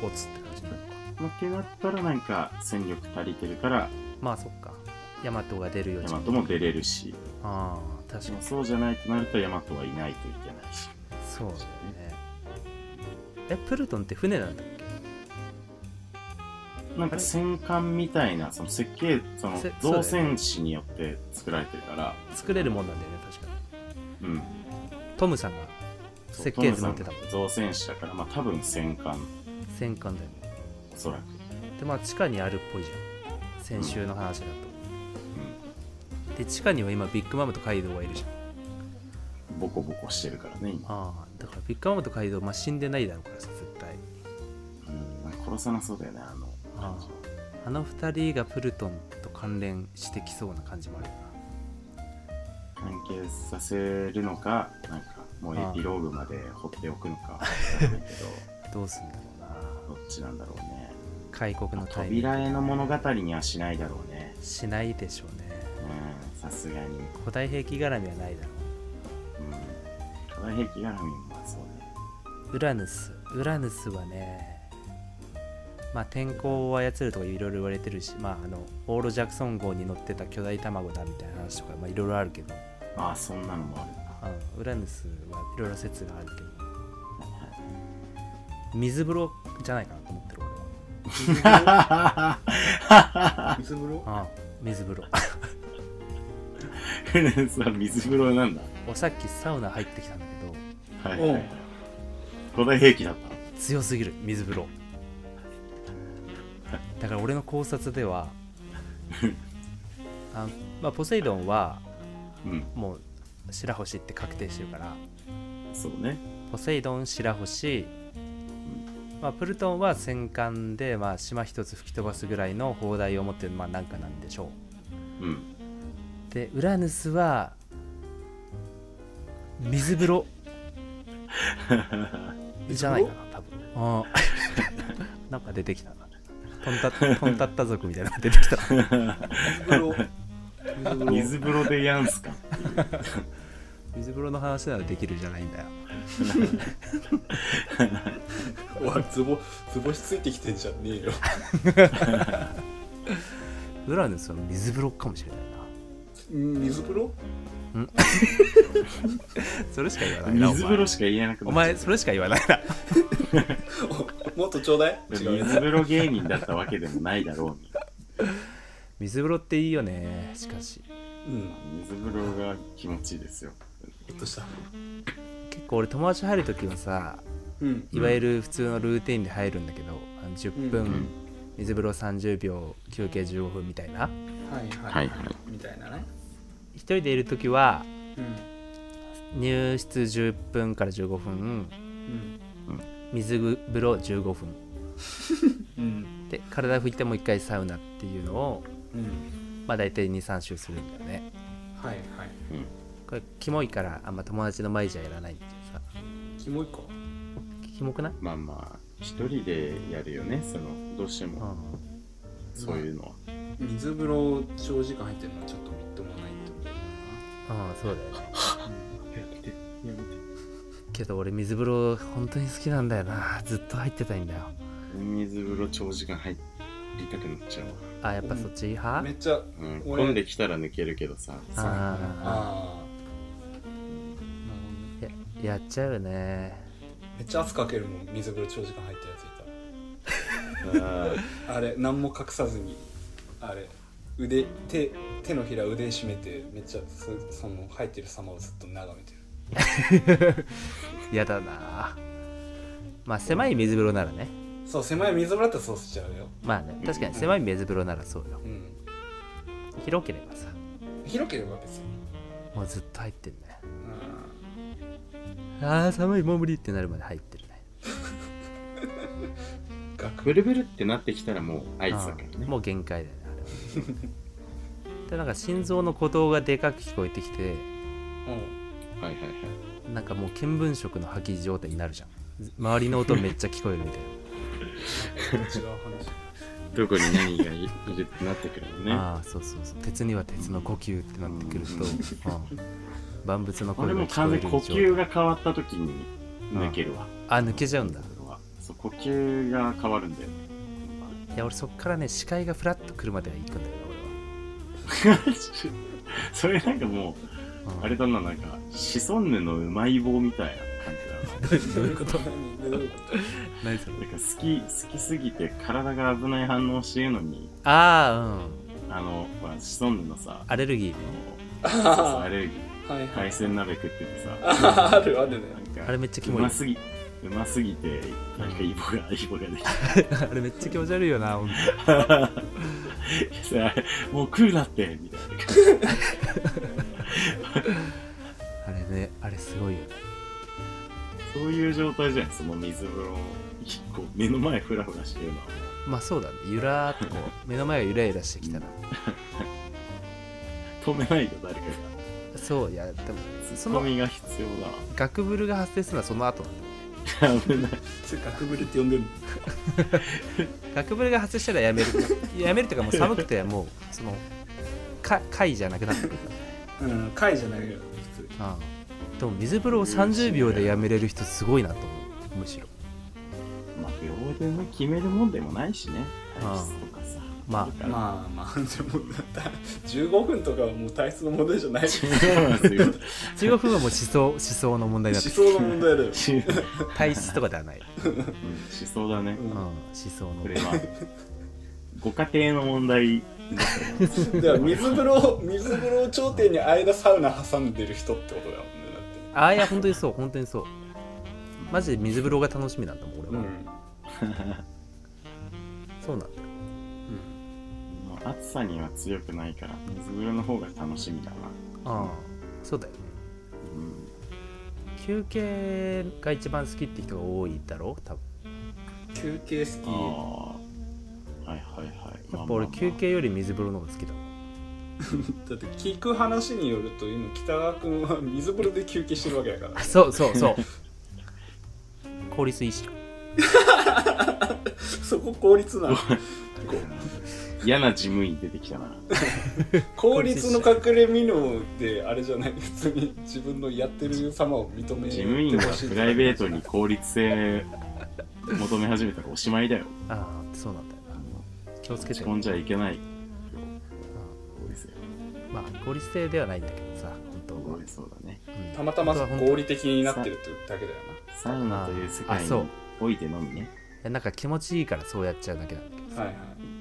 [SPEAKER 4] 落つって感じなのか
[SPEAKER 5] まあってなったらなんか戦力足りてるから
[SPEAKER 4] まあそっかヤマトが出るより
[SPEAKER 5] ヤマトも出れるし、
[SPEAKER 4] ああ確かに
[SPEAKER 5] そうじゃないとなるとヤマトはいないといけないし、
[SPEAKER 4] そうだよねえプルトンって船なんだっ
[SPEAKER 5] なんか戦艦みたいな、その設計、その
[SPEAKER 4] せ
[SPEAKER 5] 造船士によって作られてるから、
[SPEAKER 4] け作れるもんなんだよね確か
[SPEAKER 5] うん。
[SPEAKER 4] トムさんが
[SPEAKER 5] そう
[SPEAKER 4] 設計図持ってた
[SPEAKER 5] ト
[SPEAKER 4] もん
[SPEAKER 5] ムさんが造船士だから、まあ多分戦艦、
[SPEAKER 4] 戦艦だよね
[SPEAKER 5] おそらく。
[SPEAKER 4] でまあ地下にあるっぽいじゃん先週の話だと、
[SPEAKER 5] う
[SPEAKER 4] で地下には今ビッグマムとカイドウがいるじゃん
[SPEAKER 5] ん。ボコボコしてるからね、今。
[SPEAKER 4] ああだからビッグマムとカイドウ、まあ、死んでないだろうからさ絶対
[SPEAKER 5] うん。なんか殺さなそうだよね、あの
[SPEAKER 4] あ
[SPEAKER 5] 感じは。
[SPEAKER 4] あの二人がプルトンと関連してきそうな感じもあるよ
[SPEAKER 5] 関係させるのか、なんか、もうエピローグまで放っておくの か、わかんないけど、
[SPEAKER 4] などうすんだろうな
[SPEAKER 5] どっちなんだろうね。
[SPEAKER 4] 開国
[SPEAKER 5] ま
[SPEAKER 4] の
[SPEAKER 5] あ
[SPEAKER 4] タイミング
[SPEAKER 5] 扉絵の物語にはしないだろうね。
[SPEAKER 4] しないでしょうね
[SPEAKER 5] うん、さすがに。
[SPEAKER 4] 古代兵器絡みはないだろう
[SPEAKER 5] うんそれは壁がラミンまあそうね
[SPEAKER 4] ウラヌスウラヌスはねまあ天候を操るとかいろいろ言われてるしまああのオール・ジャクソン号に乗ってた巨大卵だみたいな話とかまあいろいろあるけど、
[SPEAKER 5] ああそんなのもあるな
[SPEAKER 4] うん、ウラヌスはいろいろ説があるけど水風呂じゃないかなと思ってる
[SPEAKER 6] 水風呂
[SPEAKER 4] 俺は、うん、水風呂
[SPEAKER 5] フ レンスは水風呂なんだ
[SPEAKER 4] 俺さっきサウナ入ってきたんだけど
[SPEAKER 5] はい
[SPEAKER 6] お
[SPEAKER 5] は
[SPEAKER 6] う
[SPEAKER 5] いはい古代兵器だっ
[SPEAKER 4] 強すぎる水風呂だから俺の考察ではあ、まあ、ポセイドンは
[SPEAKER 5] たうん
[SPEAKER 4] もう白星って確定してるから
[SPEAKER 5] そうね
[SPEAKER 4] ポセイドン白星、まあ、プルトンは戦艦で、まあ、島一つ吹き飛ばすぐらいの砲台を持ってる、まあ、なんかなんでしょ
[SPEAKER 5] うん
[SPEAKER 4] うでウラヌスは水風 呂じゃないかな多分うん なんか出てきたなとんたとんたった族みたいなのが出てきた
[SPEAKER 6] 水風呂水風呂
[SPEAKER 5] 水風呂でやんすか
[SPEAKER 4] 水風呂の話ならできるじゃないんだよ
[SPEAKER 6] おいつぼつぼしついてきてんじゃねえよ
[SPEAKER 4] ウラヌスは水風呂かもしれない
[SPEAKER 6] 水風呂
[SPEAKER 4] なそれしか言わないな
[SPEAKER 5] 水風呂しか言えなく
[SPEAKER 4] お
[SPEAKER 5] なっちゃ
[SPEAKER 4] 前それしか言わないな
[SPEAKER 6] おもっとちょうだいう違う
[SPEAKER 5] 水風呂芸人だったわけでもないだろうに
[SPEAKER 4] 水風呂っていいよねしかし
[SPEAKER 6] うん
[SPEAKER 5] 水風呂が気持ちいいですよ
[SPEAKER 6] どうした
[SPEAKER 4] 結構俺友達入る時はさ
[SPEAKER 6] うん
[SPEAKER 4] いわゆる普通のルーティンで入るんだけど、あの10分、
[SPEAKER 6] うん
[SPEAKER 4] 水風呂30秒休憩15分みたいな
[SPEAKER 6] はいはい
[SPEAKER 5] はいはい
[SPEAKER 6] みたいなね
[SPEAKER 4] 一人でいる時は
[SPEAKER 6] うん
[SPEAKER 4] 入室10分から15分
[SPEAKER 6] うん
[SPEAKER 4] 水風呂15分
[SPEAKER 6] うん
[SPEAKER 4] で体拭いてもう一回サウナっていうのを
[SPEAKER 6] うん
[SPEAKER 4] まあ大体23周するんだよね
[SPEAKER 6] はいはい
[SPEAKER 4] これキモいからあんま友達の前じゃやらないんだけどさ
[SPEAKER 6] キモいか
[SPEAKER 4] キモくない、
[SPEAKER 5] まあまあ一人でやるよねそのどうして
[SPEAKER 4] う
[SPEAKER 5] も
[SPEAKER 4] ん
[SPEAKER 5] そういうのは
[SPEAKER 6] 水風呂長時間入ってるのはちょっとみっともないと思う
[SPEAKER 4] うんそうだよね
[SPEAKER 5] やめてやめて
[SPEAKER 4] けど俺水風呂本当に好きなんだよなずっと入ってたいんだよ
[SPEAKER 5] 水風呂長時間入りたくなっちゃうわ、
[SPEAKER 4] あやっぱそっち
[SPEAKER 6] な
[SPEAKER 4] 派
[SPEAKER 6] めっちゃ
[SPEAKER 5] うん、
[SPEAKER 6] 俺
[SPEAKER 5] 混んできたら抜けるけどさ
[SPEAKER 4] あ
[SPEAKER 6] ああ
[SPEAKER 4] あややっちゃうよね
[SPEAKER 6] めっちゃ圧かけるもん水風呂長時間入ってるやつい
[SPEAKER 5] あ
[SPEAKER 6] たあれ何も隠さずにあれ腕手手のひら腕締めてめっちゃそその入ってる様をずっと眺めてる
[SPEAKER 4] やだなまあ狭い水風呂ならね
[SPEAKER 6] そう狭い水風呂だったらそうしちゃうよ
[SPEAKER 4] まあね確かに狭い水風呂ならそうよ
[SPEAKER 6] うん
[SPEAKER 4] 広ければさ
[SPEAKER 6] 広ければ別に
[SPEAKER 4] もうずっと入ってるね
[SPEAKER 6] うん
[SPEAKER 4] あー寒いもう無理ってなるまで入ってるね
[SPEAKER 5] ーブルブルってなってきたらもう合図だからね
[SPEAKER 4] もう限界だよねあれは でなんか心臓の鼓動がでかく聞こえてきて
[SPEAKER 6] うん
[SPEAKER 5] はいはいはい
[SPEAKER 4] なんかもう見聞色の破棄状態になるじゃん周りの音めっちゃ聞こえるみたい
[SPEAKER 6] 違う話
[SPEAKER 5] どこに何がいいるってなってくる
[SPEAKER 4] な、
[SPEAKER 5] のね
[SPEAKER 4] ああそうそうそう鉄には鉄の呼吸ってなってくると、うん万物の
[SPEAKER 5] こ
[SPEAKER 4] 声
[SPEAKER 5] れ
[SPEAKER 4] が
[SPEAKER 5] も
[SPEAKER 4] 聞
[SPEAKER 5] 完
[SPEAKER 4] こえ
[SPEAKER 5] 全
[SPEAKER 4] る
[SPEAKER 5] に呼
[SPEAKER 4] 状態
[SPEAKER 5] 吸が変わった時に抜けるわ
[SPEAKER 4] あ抜けちゃうんだ
[SPEAKER 5] 水風呂はそう呼吸が変わるんだよね
[SPEAKER 4] い や俺そっからね視界がフラッと来るまでは行くんだよね
[SPEAKER 5] それなんかも
[SPEAKER 4] 俺は、うん
[SPEAKER 5] うあれだななんかシソンヌのうまい棒みたいな感じだな
[SPEAKER 4] どういう こと
[SPEAKER 6] どういうこと
[SPEAKER 4] 何それ
[SPEAKER 5] なんか好き 好きすぎて体が危ない反応してるのに
[SPEAKER 4] ああうん
[SPEAKER 5] あのほらシソンヌのさ
[SPEAKER 4] アレルギーね
[SPEAKER 5] あのア
[SPEAKER 6] あ
[SPEAKER 5] レルギ
[SPEAKER 6] あはい
[SPEAKER 5] ー
[SPEAKER 6] はい
[SPEAKER 5] 海鮮鍋食って てさ
[SPEAKER 6] あー あるあるね
[SPEAKER 5] なんか
[SPEAKER 4] あれめっちゃキ
[SPEAKER 5] う
[SPEAKER 4] モい
[SPEAKER 5] ますぎうますぎてなんかイボがイボができ
[SPEAKER 4] あれめっちゃ気持ち悪いよな本
[SPEAKER 5] ていやもう食うなってみたいな感じ
[SPEAKER 4] 当にあれねあれすごいよね
[SPEAKER 5] そういう状態じゃんその水風呂をこう目の前フラフラしてるのは
[SPEAKER 4] まあそうだねゆらーっとこう 目の前がゆらゆらしてきたら
[SPEAKER 5] 止めないよ誰かが
[SPEAKER 4] そういやでも
[SPEAKER 5] ツ
[SPEAKER 4] そ
[SPEAKER 5] ッコ
[SPEAKER 4] の
[SPEAKER 5] ミが必要
[SPEAKER 4] ガクブルが発生するのはその後なんだ
[SPEAKER 5] だわ 危ない
[SPEAKER 6] それ学ぶるって呼んでる
[SPEAKER 4] ガクブルが発生したらやめるやめるというかもう寒くてもうそのか貝じゃなくなってくる
[SPEAKER 6] のうん貝じゃないよ普通
[SPEAKER 4] あでも水風呂を30秒でやめれる人すごいなと思うむしろ
[SPEAKER 5] まあ秒でね決めるもんでもないしね体質とかさ
[SPEAKER 4] まあ
[SPEAKER 5] ある から
[SPEAKER 6] まあまあでもだって15分とかはもう体質の問題じゃないし
[SPEAKER 5] そうなんですよ
[SPEAKER 4] 15分はもう思想 思想の問題
[SPEAKER 6] 思
[SPEAKER 4] だって
[SPEAKER 6] 想の問題だよ、
[SPEAKER 5] しうん
[SPEAKER 4] 体質とかでは ない、
[SPEAKER 5] しそうだね、
[SPEAKER 4] うん、思
[SPEAKER 6] う
[SPEAKER 4] 想の
[SPEAKER 5] これはご家庭の問題ですよね
[SPEAKER 6] ん、だから水風呂水風呂を頂点に間サウナ挟んでる人ってことだもんね
[SPEAKER 4] ああいや本当にそう本当にそうマジで水風呂が楽しみなんだもん俺
[SPEAKER 6] だ
[SPEAKER 4] は、
[SPEAKER 6] って
[SPEAKER 4] そうなんだよ
[SPEAKER 5] もう暑さには強くないから水風呂の方が楽しみだな、
[SPEAKER 4] ああそうだよね
[SPEAKER 5] うん、
[SPEAKER 4] 休憩が一番好きって人が多いだろう多分
[SPEAKER 6] うん、休憩
[SPEAKER 5] ああ
[SPEAKER 6] 好
[SPEAKER 5] はいはいはい
[SPEAKER 4] やっぱ俺休憩より水風呂の方が好きだもん
[SPEAKER 6] きだって聞く話によると今北川君は水風呂で休憩してるわけだから
[SPEAKER 4] あそうそうそう効率いいっしょ
[SPEAKER 6] そこ効率な の
[SPEAKER 5] 嫌な事務員出てきたな
[SPEAKER 6] 効率の隠れみのであれじゃない普通に自分のやってる様を認め
[SPEAKER 5] 事
[SPEAKER 6] て
[SPEAKER 5] 務員 が
[SPEAKER 6] ほしい
[SPEAKER 5] プライベートに効率性求め始めたらおしまいだよ
[SPEAKER 4] ああそうなんだよな気をつけて
[SPEAKER 5] 落
[SPEAKER 4] よ
[SPEAKER 5] ち込んじゃいけない
[SPEAKER 4] あ
[SPEAKER 5] そうですよ
[SPEAKER 4] あまあ効率性ではないんだけどさ本当
[SPEAKER 5] す
[SPEAKER 4] は
[SPEAKER 5] ごい、そうだね
[SPEAKER 4] うん
[SPEAKER 6] たまたま合理的になってるってだけだよ
[SPEAKER 5] サウナという世
[SPEAKER 4] あ
[SPEAKER 5] 界
[SPEAKER 4] そう
[SPEAKER 5] においてのみね
[SPEAKER 4] いやなんか気持ちいいからそうやっちゃうだけなんだけど
[SPEAKER 6] な、はいはい、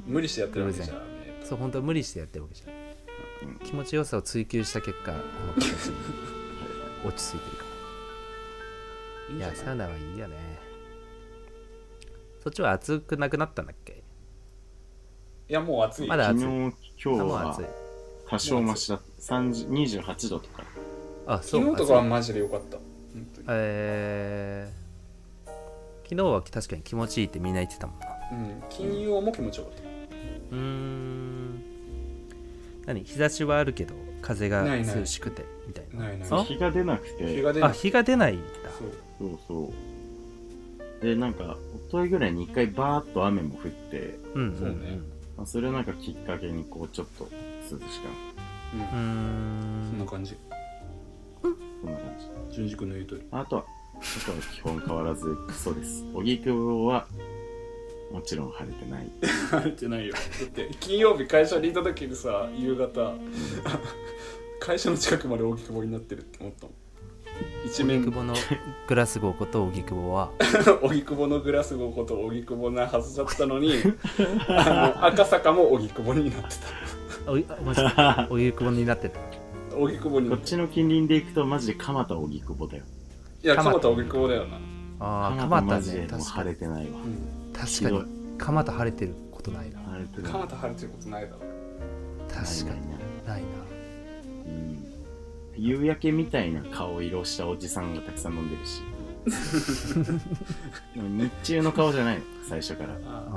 [SPEAKER 6] 無理してやってるわけじゃねえ
[SPEAKER 4] そう本当無理してやってるわけじゃん、
[SPEAKER 5] うん
[SPEAKER 4] 気持ちよさを追求した結果この形に落ち着いてる からいやサウナはいいよねそっちは暑くなくなったんだっけ
[SPEAKER 6] いやもう暑い、
[SPEAKER 4] まだ
[SPEAKER 5] 昨
[SPEAKER 4] 暑
[SPEAKER 5] 日
[SPEAKER 4] い
[SPEAKER 5] 今日
[SPEAKER 4] あもう
[SPEAKER 5] は
[SPEAKER 4] 暑い
[SPEAKER 5] 多少マシだった30 28度とか
[SPEAKER 4] あそう
[SPEAKER 6] 昨日とかは
[SPEAKER 4] 暑い
[SPEAKER 6] マジで良かった本当に
[SPEAKER 4] えー、昨日は確かに気持ちいいってみんな言ってたもんな
[SPEAKER 6] うん、金曜も気持ちよかっ
[SPEAKER 4] うーん何日差しはあるけど風が
[SPEAKER 6] ないない
[SPEAKER 4] 涼しくてみたい
[SPEAKER 6] た
[SPEAKER 4] な
[SPEAKER 6] ないない
[SPEAKER 4] あ
[SPEAKER 5] 日が出なくて
[SPEAKER 6] 日が出
[SPEAKER 4] あ
[SPEAKER 6] ない
[SPEAKER 4] 日が出ないんだ
[SPEAKER 6] そう
[SPEAKER 5] そうそう。で、なんか、おといぐらいに一回バーッと雨も降って、
[SPEAKER 4] うんうん
[SPEAKER 6] そううんね
[SPEAKER 5] まあ、それをなんかきっかけにこう、ちょっと涼しかっ
[SPEAKER 6] うん
[SPEAKER 4] うー
[SPEAKER 6] そんなん感じ
[SPEAKER 5] た。こんな感じ。
[SPEAKER 6] 純次君の言うとり
[SPEAKER 5] あとは、あとは基本変わらず、クソです。荻窪は、もちろん晴れてない。
[SPEAKER 6] 晴れてないよだって金曜日会社にいた時にさ夕方 会社の近くまで大きくぼになってるって思ったもん一
[SPEAKER 4] 荻
[SPEAKER 6] 面
[SPEAKER 4] 窪のグラスゴーこと荻窪は
[SPEAKER 6] 荻窪のグラスゴーこと荻窪なはずだったのにあの赤坂も荻窪になって
[SPEAKER 4] おいあマジか荻窪になってた
[SPEAKER 6] た荻窪に
[SPEAKER 5] こ
[SPEAKER 6] な
[SPEAKER 5] っ
[SPEAKER 6] って
[SPEAKER 5] ちの近隣で行くと、マジで蒲田荻窪だよ。
[SPEAKER 6] いや
[SPEAKER 4] 蒲田
[SPEAKER 6] 蒲田荻窪だよな、
[SPEAKER 4] ああ
[SPEAKER 5] 蒲田
[SPEAKER 4] 蒲田
[SPEAKER 5] マジで
[SPEAKER 4] ね
[SPEAKER 5] もう
[SPEAKER 4] 確か
[SPEAKER 5] 晴れ
[SPEAKER 4] に
[SPEAKER 5] てないわ。
[SPEAKER 4] 確
[SPEAKER 5] ひ
[SPEAKER 4] か
[SPEAKER 5] どい
[SPEAKER 4] に。蒲田晴れてることないな
[SPEAKER 5] 晴れてない。
[SPEAKER 6] 蒲田晴れてることないだろ
[SPEAKER 4] 確か
[SPEAKER 5] ない
[SPEAKER 4] に
[SPEAKER 5] ないない
[SPEAKER 4] ないな
[SPEAKER 5] うん。夕焼けみたいな顔色をしたおじさんがたくさん飲んでる しでも日中の顔じゃないの最初から
[SPEAKER 6] あ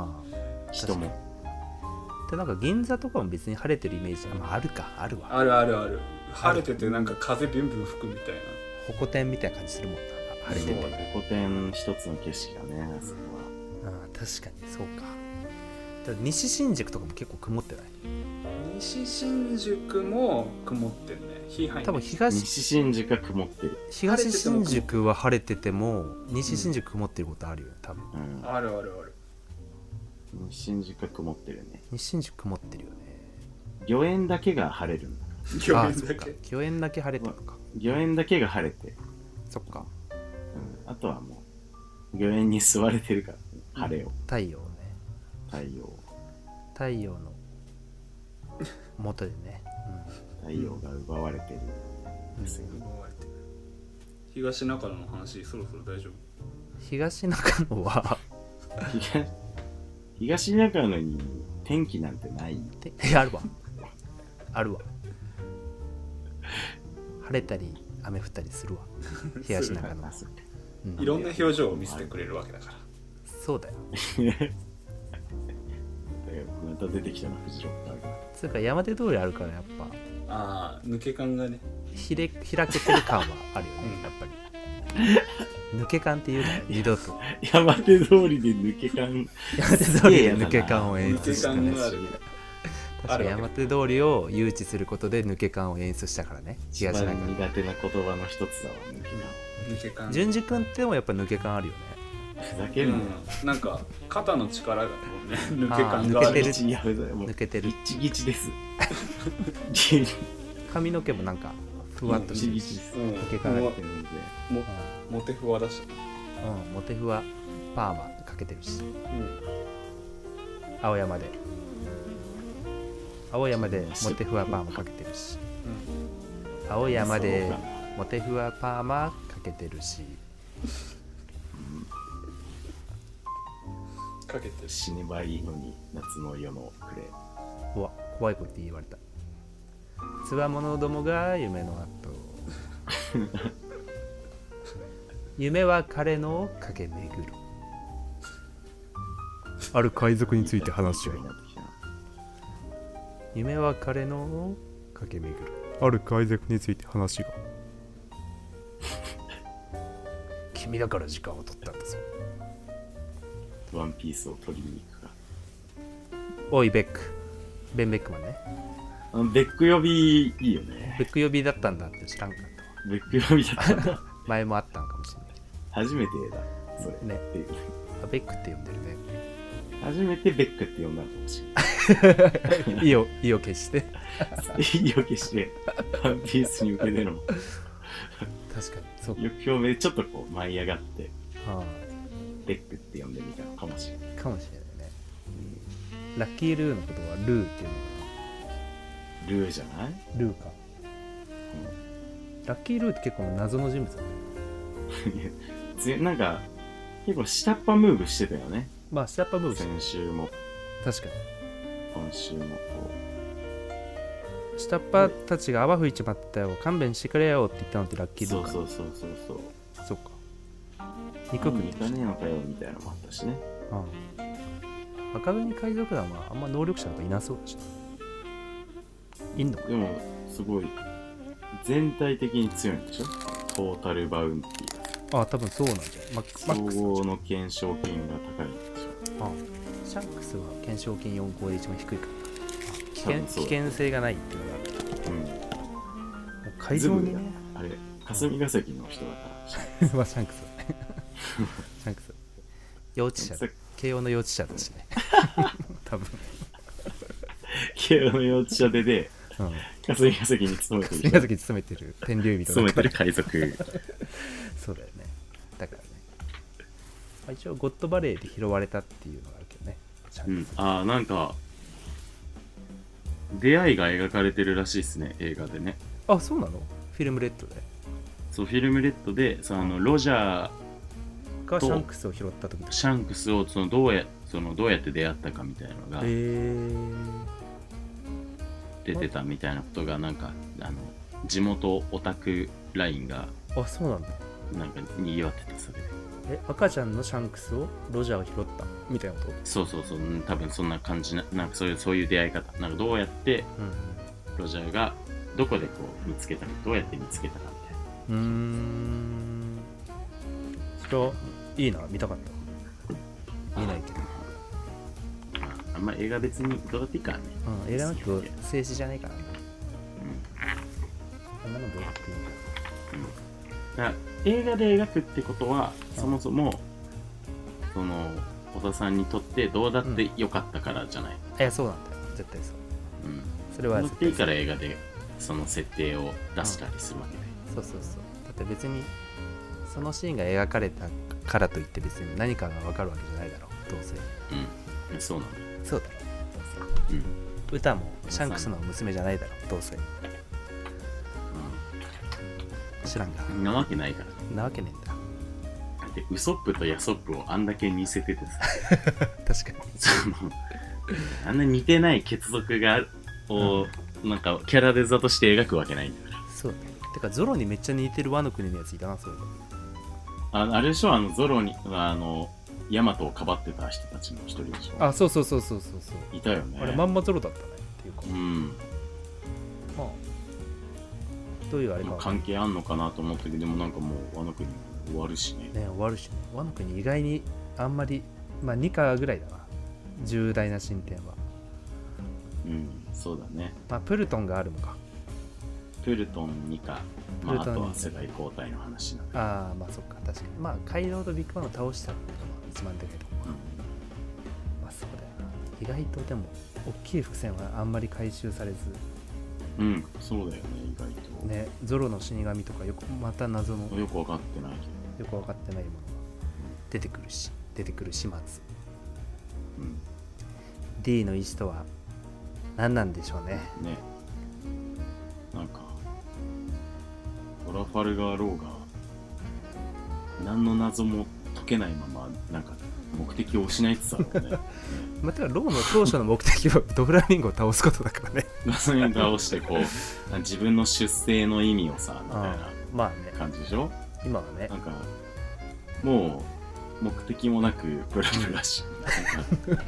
[SPEAKER 4] あ
[SPEAKER 5] 人も
[SPEAKER 4] あでなんか銀座とかも別に晴れてるイメージあ,、まあ、あるかあるわ
[SPEAKER 6] あるあるある晴れててなんか風ビュンビュン吹くみたいな
[SPEAKER 4] ホコ天みたいな感じするもんな晴れてて
[SPEAKER 5] そうね古典一つの景色だねあそこは
[SPEAKER 4] ああ確かにそうかだから西新宿とかも結構曇ってない
[SPEAKER 6] 西新宿も曇ってんね日入んない
[SPEAKER 4] 多分東
[SPEAKER 5] 西新宿が曇ってる、
[SPEAKER 4] 東新宿は晴れてても西新宿曇ってることあるよね多分
[SPEAKER 5] うん、
[SPEAKER 6] あるあるある
[SPEAKER 5] 西新宿が曇ってるね
[SPEAKER 4] 西新宿曇ってるよね
[SPEAKER 5] 御苑だけが晴れるんだ
[SPEAKER 6] 御
[SPEAKER 4] ああ
[SPEAKER 6] 苑
[SPEAKER 4] そっ
[SPEAKER 6] だ
[SPEAKER 4] か
[SPEAKER 6] け
[SPEAKER 4] 御苑だけ晴れてるのか
[SPEAKER 5] 御苑だけが晴れて、
[SPEAKER 4] そっか
[SPEAKER 5] うん、あとはもう御苑に座れてるから晴れを
[SPEAKER 4] 太陽ね
[SPEAKER 5] 太陽
[SPEAKER 4] 太陽の元でね、
[SPEAKER 5] 太陽が奪われてる
[SPEAKER 4] うん
[SPEAKER 5] ですよ
[SPEAKER 6] 東中野の話そろそろ大丈夫
[SPEAKER 4] 東中野は
[SPEAKER 5] 東東中野に天気なんてない
[SPEAKER 4] ていやあるわ あるわ晴れたり雨降ったりするわ東中野
[SPEAKER 5] あ
[SPEAKER 4] は、
[SPEAKER 5] そっか
[SPEAKER 4] うん
[SPEAKER 6] いろんな表情を見せてくれるわけだから
[SPEAKER 4] そうだよ
[SPEAKER 5] また出てきたなフジロッカーが
[SPEAKER 4] つうか山手通りあるからやっぱ
[SPEAKER 6] ああ抜け感がね
[SPEAKER 4] ひれ開けてる感はあるよね、
[SPEAKER 6] うん
[SPEAKER 4] やっぱり抜け感っていうのは二度と
[SPEAKER 5] 山手通りで抜け感
[SPEAKER 4] 山手通りで抜け感を演
[SPEAKER 6] 抜
[SPEAKER 4] 出
[SPEAKER 6] け
[SPEAKER 4] して
[SPEAKER 6] 感
[SPEAKER 4] ね
[SPEAKER 6] があるあ
[SPEAKER 4] 確か
[SPEAKER 6] るわけ
[SPEAKER 4] 山手通りを誘致することで抜け感を演出したからね
[SPEAKER 5] 一番
[SPEAKER 4] 東中に
[SPEAKER 5] 苦手な言葉の一つだわ、ね、
[SPEAKER 6] 抜け感
[SPEAKER 4] 淳二君ってもやっぱ抜け感あるよね
[SPEAKER 5] ふざけ
[SPEAKER 6] う
[SPEAKER 5] るな、
[SPEAKER 6] んなんか肩の力がこうね抜け感が
[SPEAKER 4] あー
[SPEAKER 6] あ
[SPEAKER 4] 抜けて
[SPEAKER 6] る
[SPEAKER 4] る
[SPEAKER 5] いやふざもう
[SPEAKER 4] 抜けてる
[SPEAKER 5] ギチギチですギ
[SPEAKER 4] 髪の毛もなんかふわっとし
[SPEAKER 5] チ
[SPEAKER 4] て
[SPEAKER 5] ギ
[SPEAKER 4] る
[SPEAKER 5] チです
[SPEAKER 6] うん
[SPEAKER 5] 抜けから来てるんで
[SPEAKER 6] もモテふわだし、
[SPEAKER 4] うん、うん、モテふわパーマかけてるし青山で青山でモテふわパーマかけてるし青山でモテふわパーマかけてるし
[SPEAKER 6] かけてる
[SPEAKER 5] 死ねばいいのに夏の夜の暮れ
[SPEAKER 4] うわ怖いこと言われたつわものどもが夢 の後夢は彼の駆け巡るある海賊について話し合い夢は彼の駆け巡るある海賊について話が君だから時間を取ったんだぞ
[SPEAKER 5] ワンピースを取りに行くか
[SPEAKER 4] おいベックベン・ベックマンね
[SPEAKER 5] あのベック呼びいいよね
[SPEAKER 4] ベック呼びだったんだって知らんかったわ
[SPEAKER 5] ベック呼びだったんだ
[SPEAKER 4] 前もあったのかもしれない
[SPEAKER 5] 初めてだそれ
[SPEAKER 4] ね
[SPEAKER 5] っていう
[SPEAKER 4] あベックって呼んでるね
[SPEAKER 5] 初めてベックって呼んだのかもしれない
[SPEAKER 4] 意を意を決して
[SPEAKER 5] 言い訳してワンピースに向けての
[SPEAKER 4] 確かにそうか、
[SPEAKER 5] 欲表明でちょっとこう舞い上がって
[SPEAKER 4] あ
[SPEAKER 5] ベックって呼んでみたのかもしれない
[SPEAKER 4] あかもしれないね、ラッキールーのことはルーっていうの
[SPEAKER 5] ルーじゃない
[SPEAKER 4] かなルーか、ラッキールーって結構謎の人物だね
[SPEAKER 5] ぜなんか結構下っ端ムーブしてたよね
[SPEAKER 4] まあ下っ端ムーブしてる
[SPEAKER 5] 先週も
[SPEAKER 4] 確か
[SPEAKER 5] 今週もこ
[SPEAKER 4] に下っ端たちが泡吹いちまったよ勘弁してくれよって言ったのってラッキ
[SPEAKER 5] う
[SPEAKER 4] ール
[SPEAKER 5] そ
[SPEAKER 4] ー
[SPEAKER 5] う
[SPEAKER 4] か
[SPEAKER 5] そうそうそうそう
[SPEAKER 4] うそうか肉食っ
[SPEAKER 5] に
[SPEAKER 4] てた
[SPEAKER 5] 行かねえのかよみたいなのもあったしね
[SPEAKER 4] うん赤紅海賊団はあんま能力者なんかいなそうだしないんのか
[SPEAKER 5] でもすごい全体的に強いんでしょトータルバウンテ
[SPEAKER 4] ああ多分そうなんだよマック
[SPEAKER 5] ィ
[SPEAKER 4] スマッ
[SPEAKER 5] ー
[SPEAKER 4] クス
[SPEAKER 5] 総合の懸賞金が高いんでし
[SPEAKER 4] あシャンクスは懸賞金4項で一番低いから危
[SPEAKER 5] 多
[SPEAKER 4] 険
[SPEAKER 5] 分そう
[SPEAKER 4] 危険性がないっていうのがある
[SPEAKER 5] ょうん
[SPEAKER 4] もう会場にね
[SPEAKER 5] ズあれ霞が関の人だからシ
[SPEAKER 4] まあシャンクスは シャンクス幼稚
[SPEAKER 5] ャ
[SPEAKER 4] 者
[SPEAKER 5] ンクス
[SPEAKER 4] 慶応の幼稚者だし ね多 分、
[SPEAKER 5] 慶応の幼稚舎でで
[SPEAKER 4] うん、
[SPEAKER 5] 霞が関に勤めてる人
[SPEAKER 4] 宮崎に勤めてる天竜人
[SPEAKER 5] 勤
[SPEAKER 4] だ
[SPEAKER 5] め
[SPEAKER 4] か
[SPEAKER 5] て
[SPEAKER 4] ら
[SPEAKER 5] る海賊
[SPEAKER 4] そうだよねだからね、まあ、一応ゴッドバレーで拾われたっていうのがあるけどねシャ
[SPEAKER 5] う
[SPEAKER 4] ンク
[SPEAKER 5] ん
[SPEAKER 4] ス、
[SPEAKER 5] ああなんか出会いが描かれてるらしいですね映画でね
[SPEAKER 4] あそうなのフィルムレッドで
[SPEAKER 5] そうフィルムレッドでそのあのロジャー
[SPEAKER 4] がシ
[SPEAKER 5] と
[SPEAKER 4] ャンクスを拾った時だ
[SPEAKER 5] シャンクスをそのどうやそのどうやって出会ったかみたいなのが
[SPEAKER 4] へー
[SPEAKER 5] 出てたみたいなことがなんかあの地元オタクラインが
[SPEAKER 4] あそうなんだ
[SPEAKER 5] なんかにぎわってたそれで
[SPEAKER 4] え赤ちゃんのシャンクスをロジャーを拾ったみたいなこと
[SPEAKER 5] そうそうそううん多分そんな感じななんかそういうそういう出会い方なんかどうやってロジャーがどこでこう見つけたかどうやって見つけたかみたいな
[SPEAKER 4] うんうんそれはいいな見たかった見ないけど、
[SPEAKER 5] あんま映画別にどうだっていいからね
[SPEAKER 4] うん、映画の人静止じゃないからねあ
[SPEAKER 5] うん
[SPEAKER 4] んなのどうだっていいんだ
[SPEAKER 5] だから映画で描くってことはそもそもその小田さんにとってどうだってよかったからじゃない、
[SPEAKER 4] あいやそうなんだよ絶対そう
[SPEAKER 5] うん
[SPEAKER 4] それ
[SPEAKER 5] どう
[SPEAKER 4] は
[SPEAKER 5] だっ
[SPEAKER 4] 絶
[SPEAKER 5] て
[SPEAKER 4] 対
[SPEAKER 5] いい
[SPEAKER 4] そ
[SPEAKER 5] か
[SPEAKER 4] う
[SPEAKER 5] ら映画でその設定を出したりするわけで、
[SPEAKER 4] そうそうそうだって別にそのシーンが描かれたからといって別に何かが分かるわけじゃないだろうどうせ
[SPEAKER 5] うんそうなんだ
[SPEAKER 4] そうだろどう
[SPEAKER 5] うん、うん
[SPEAKER 4] せ歌もシャンクスの娘じゃないだろうどうせ知らんが
[SPEAKER 5] そんなわけないから
[SPEAKER 4] なわけねえんだ
[SPEAKER 5] だってウソップとヤソップをあんだけ似せててさ
[SPEAKER 4] 確かに
[SPEAKER 5] そのあんな似てない血族がを、なんかキャラデザとして描くわけないんだから
[SPEAKER 4] そうだねてかゾロにめっちゃ似てるワノ国のやついたなそれで
[SPEAKER 5] あのあれでしょあのゾロにあのヤマトをかばってた人たちの一人でしょ
[SPEAKER 4] あそうそうそうそうそうそう
[SPEAKER 5] いたよね
[SPEAKER 4] あれまんまゾロだったねっていうか
[SPEAKER 5] うん
[SPEAKER 4] まあどういうあれか
[SPEAKER 5] まあ
[SPEAKER 4] わかん
[SPEAKER 5] 関
[SPEAKER 4] ない
[SPEAKER 5] 係あんのかなと思ったけどでもなんかもうワノ国終わるしね
[SPEAKER 4] ね終わるしねワノ国意外にあんまりまあ2課ぐらいだな重大な進展は
[SPEAKER 5] うんそうだね
[SPEAKER 4] まあ、プルトンがあるのか
[SPEAKER 5] プルトン2か、まあ、あ
[SPEAKER 4] プルトン
[SPEAKER 5] と
[SPEAKER 4] 二
[SPEAKER 5] は世代交代の話なんだ
[SPEAKER 4] ああまあそっか確かにまあ回廊とビッグバンを倒したっていうのが一番でかいところまあそうだよな意外とでも大きい伏線はあんまり回収されず
[SPEAKER 5] うん、うんそうだよね意外と、
[SPEAKER 4] ねゾロの死神とかよくまた謎の
[SPEAKER 5] よく分かってないけど、
[SPEAKER 4] よく分かってないものが出てくるし出てくる始末
[SPEAKER 5] う
[SPEAKER 4] D の意思とは何なんでしょうね
[SPEAKER 5] ん、ねなんかトラファルガー・ローが何の謎も解けないままなんか目的を失いつつある よねね
[SPEAKER 4] まあ、てかローの当初の目的はドフラミンゴを 倒すことだからね
[SPEAKER 5] 謎に倒してこう自分の出生の意味をさみたい
[SPEAKER 4] まあね
[SPEAKER 5] な感じでしょ
[SPEAKER 4] 今はね
[SPEAKER 5] なんかもう目的もなくブラブラしなんか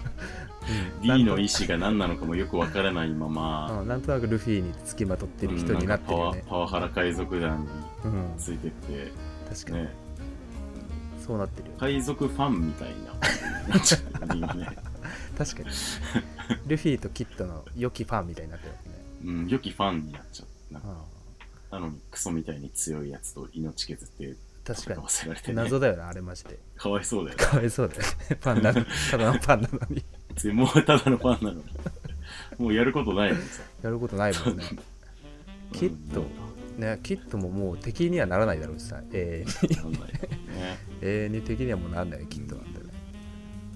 [SPEAKER 5] D の意思が何なのかもよくわからないまま、
[SPEAKER 4] うんなんとなくルフィにつきまとって
[SPEAKER 5] う
[SPEAKER 4] る
[SPEAKER 5] ん
[SPEAKER 4] 人になってるよ
[SPEAKER 5] ん
[SPEAKER 4] ね
[SPEAKER 5] かパワパワハラ海賊団
[SPEAKER 4] うん、
[SPEAKER 5] についてって
[SPEAKER 4] 確かに
[SPEAKER 5] ね
[SPEAKER 4] そうなってるよ
[SPEAKER 5] 海賊ファンみたいななっちゃうよ ね
[SPEAKER 4] 確かにルフィとキッドの良きファンみたいになってるわけね
[SPEAKER 5] うん良きファンになっちゃうなん
[SPEAKER 4] う
[SPEAKER 5] か
[SPEAKER 4] ん
[SPEAKER 5] なのにクソみたいに強いやつと命削って
[SPEAKER 4] 確か
[SPEAKER 5] 戦わせられて、
[SPEAKER 4] に
[SPEAKER 5] ね、
[SPEAKER 4] 謎だよなあれマジで
[SPEAKER 5] かわいそうだよね
[SPEAKER 4] かわいそうだよね ファンなのただのファンなのに
[SPEAKER 5] 別にもうただのファンなのにもうやることないのにさ
[SPEAKER 4] やることないもんねキッドねキッドももう敵にはならないだろうしさ永遠に
[SPEAKER 5] なんないね
[SPEAKER 4] 永遠に敵にはもうならないよキッドなんてね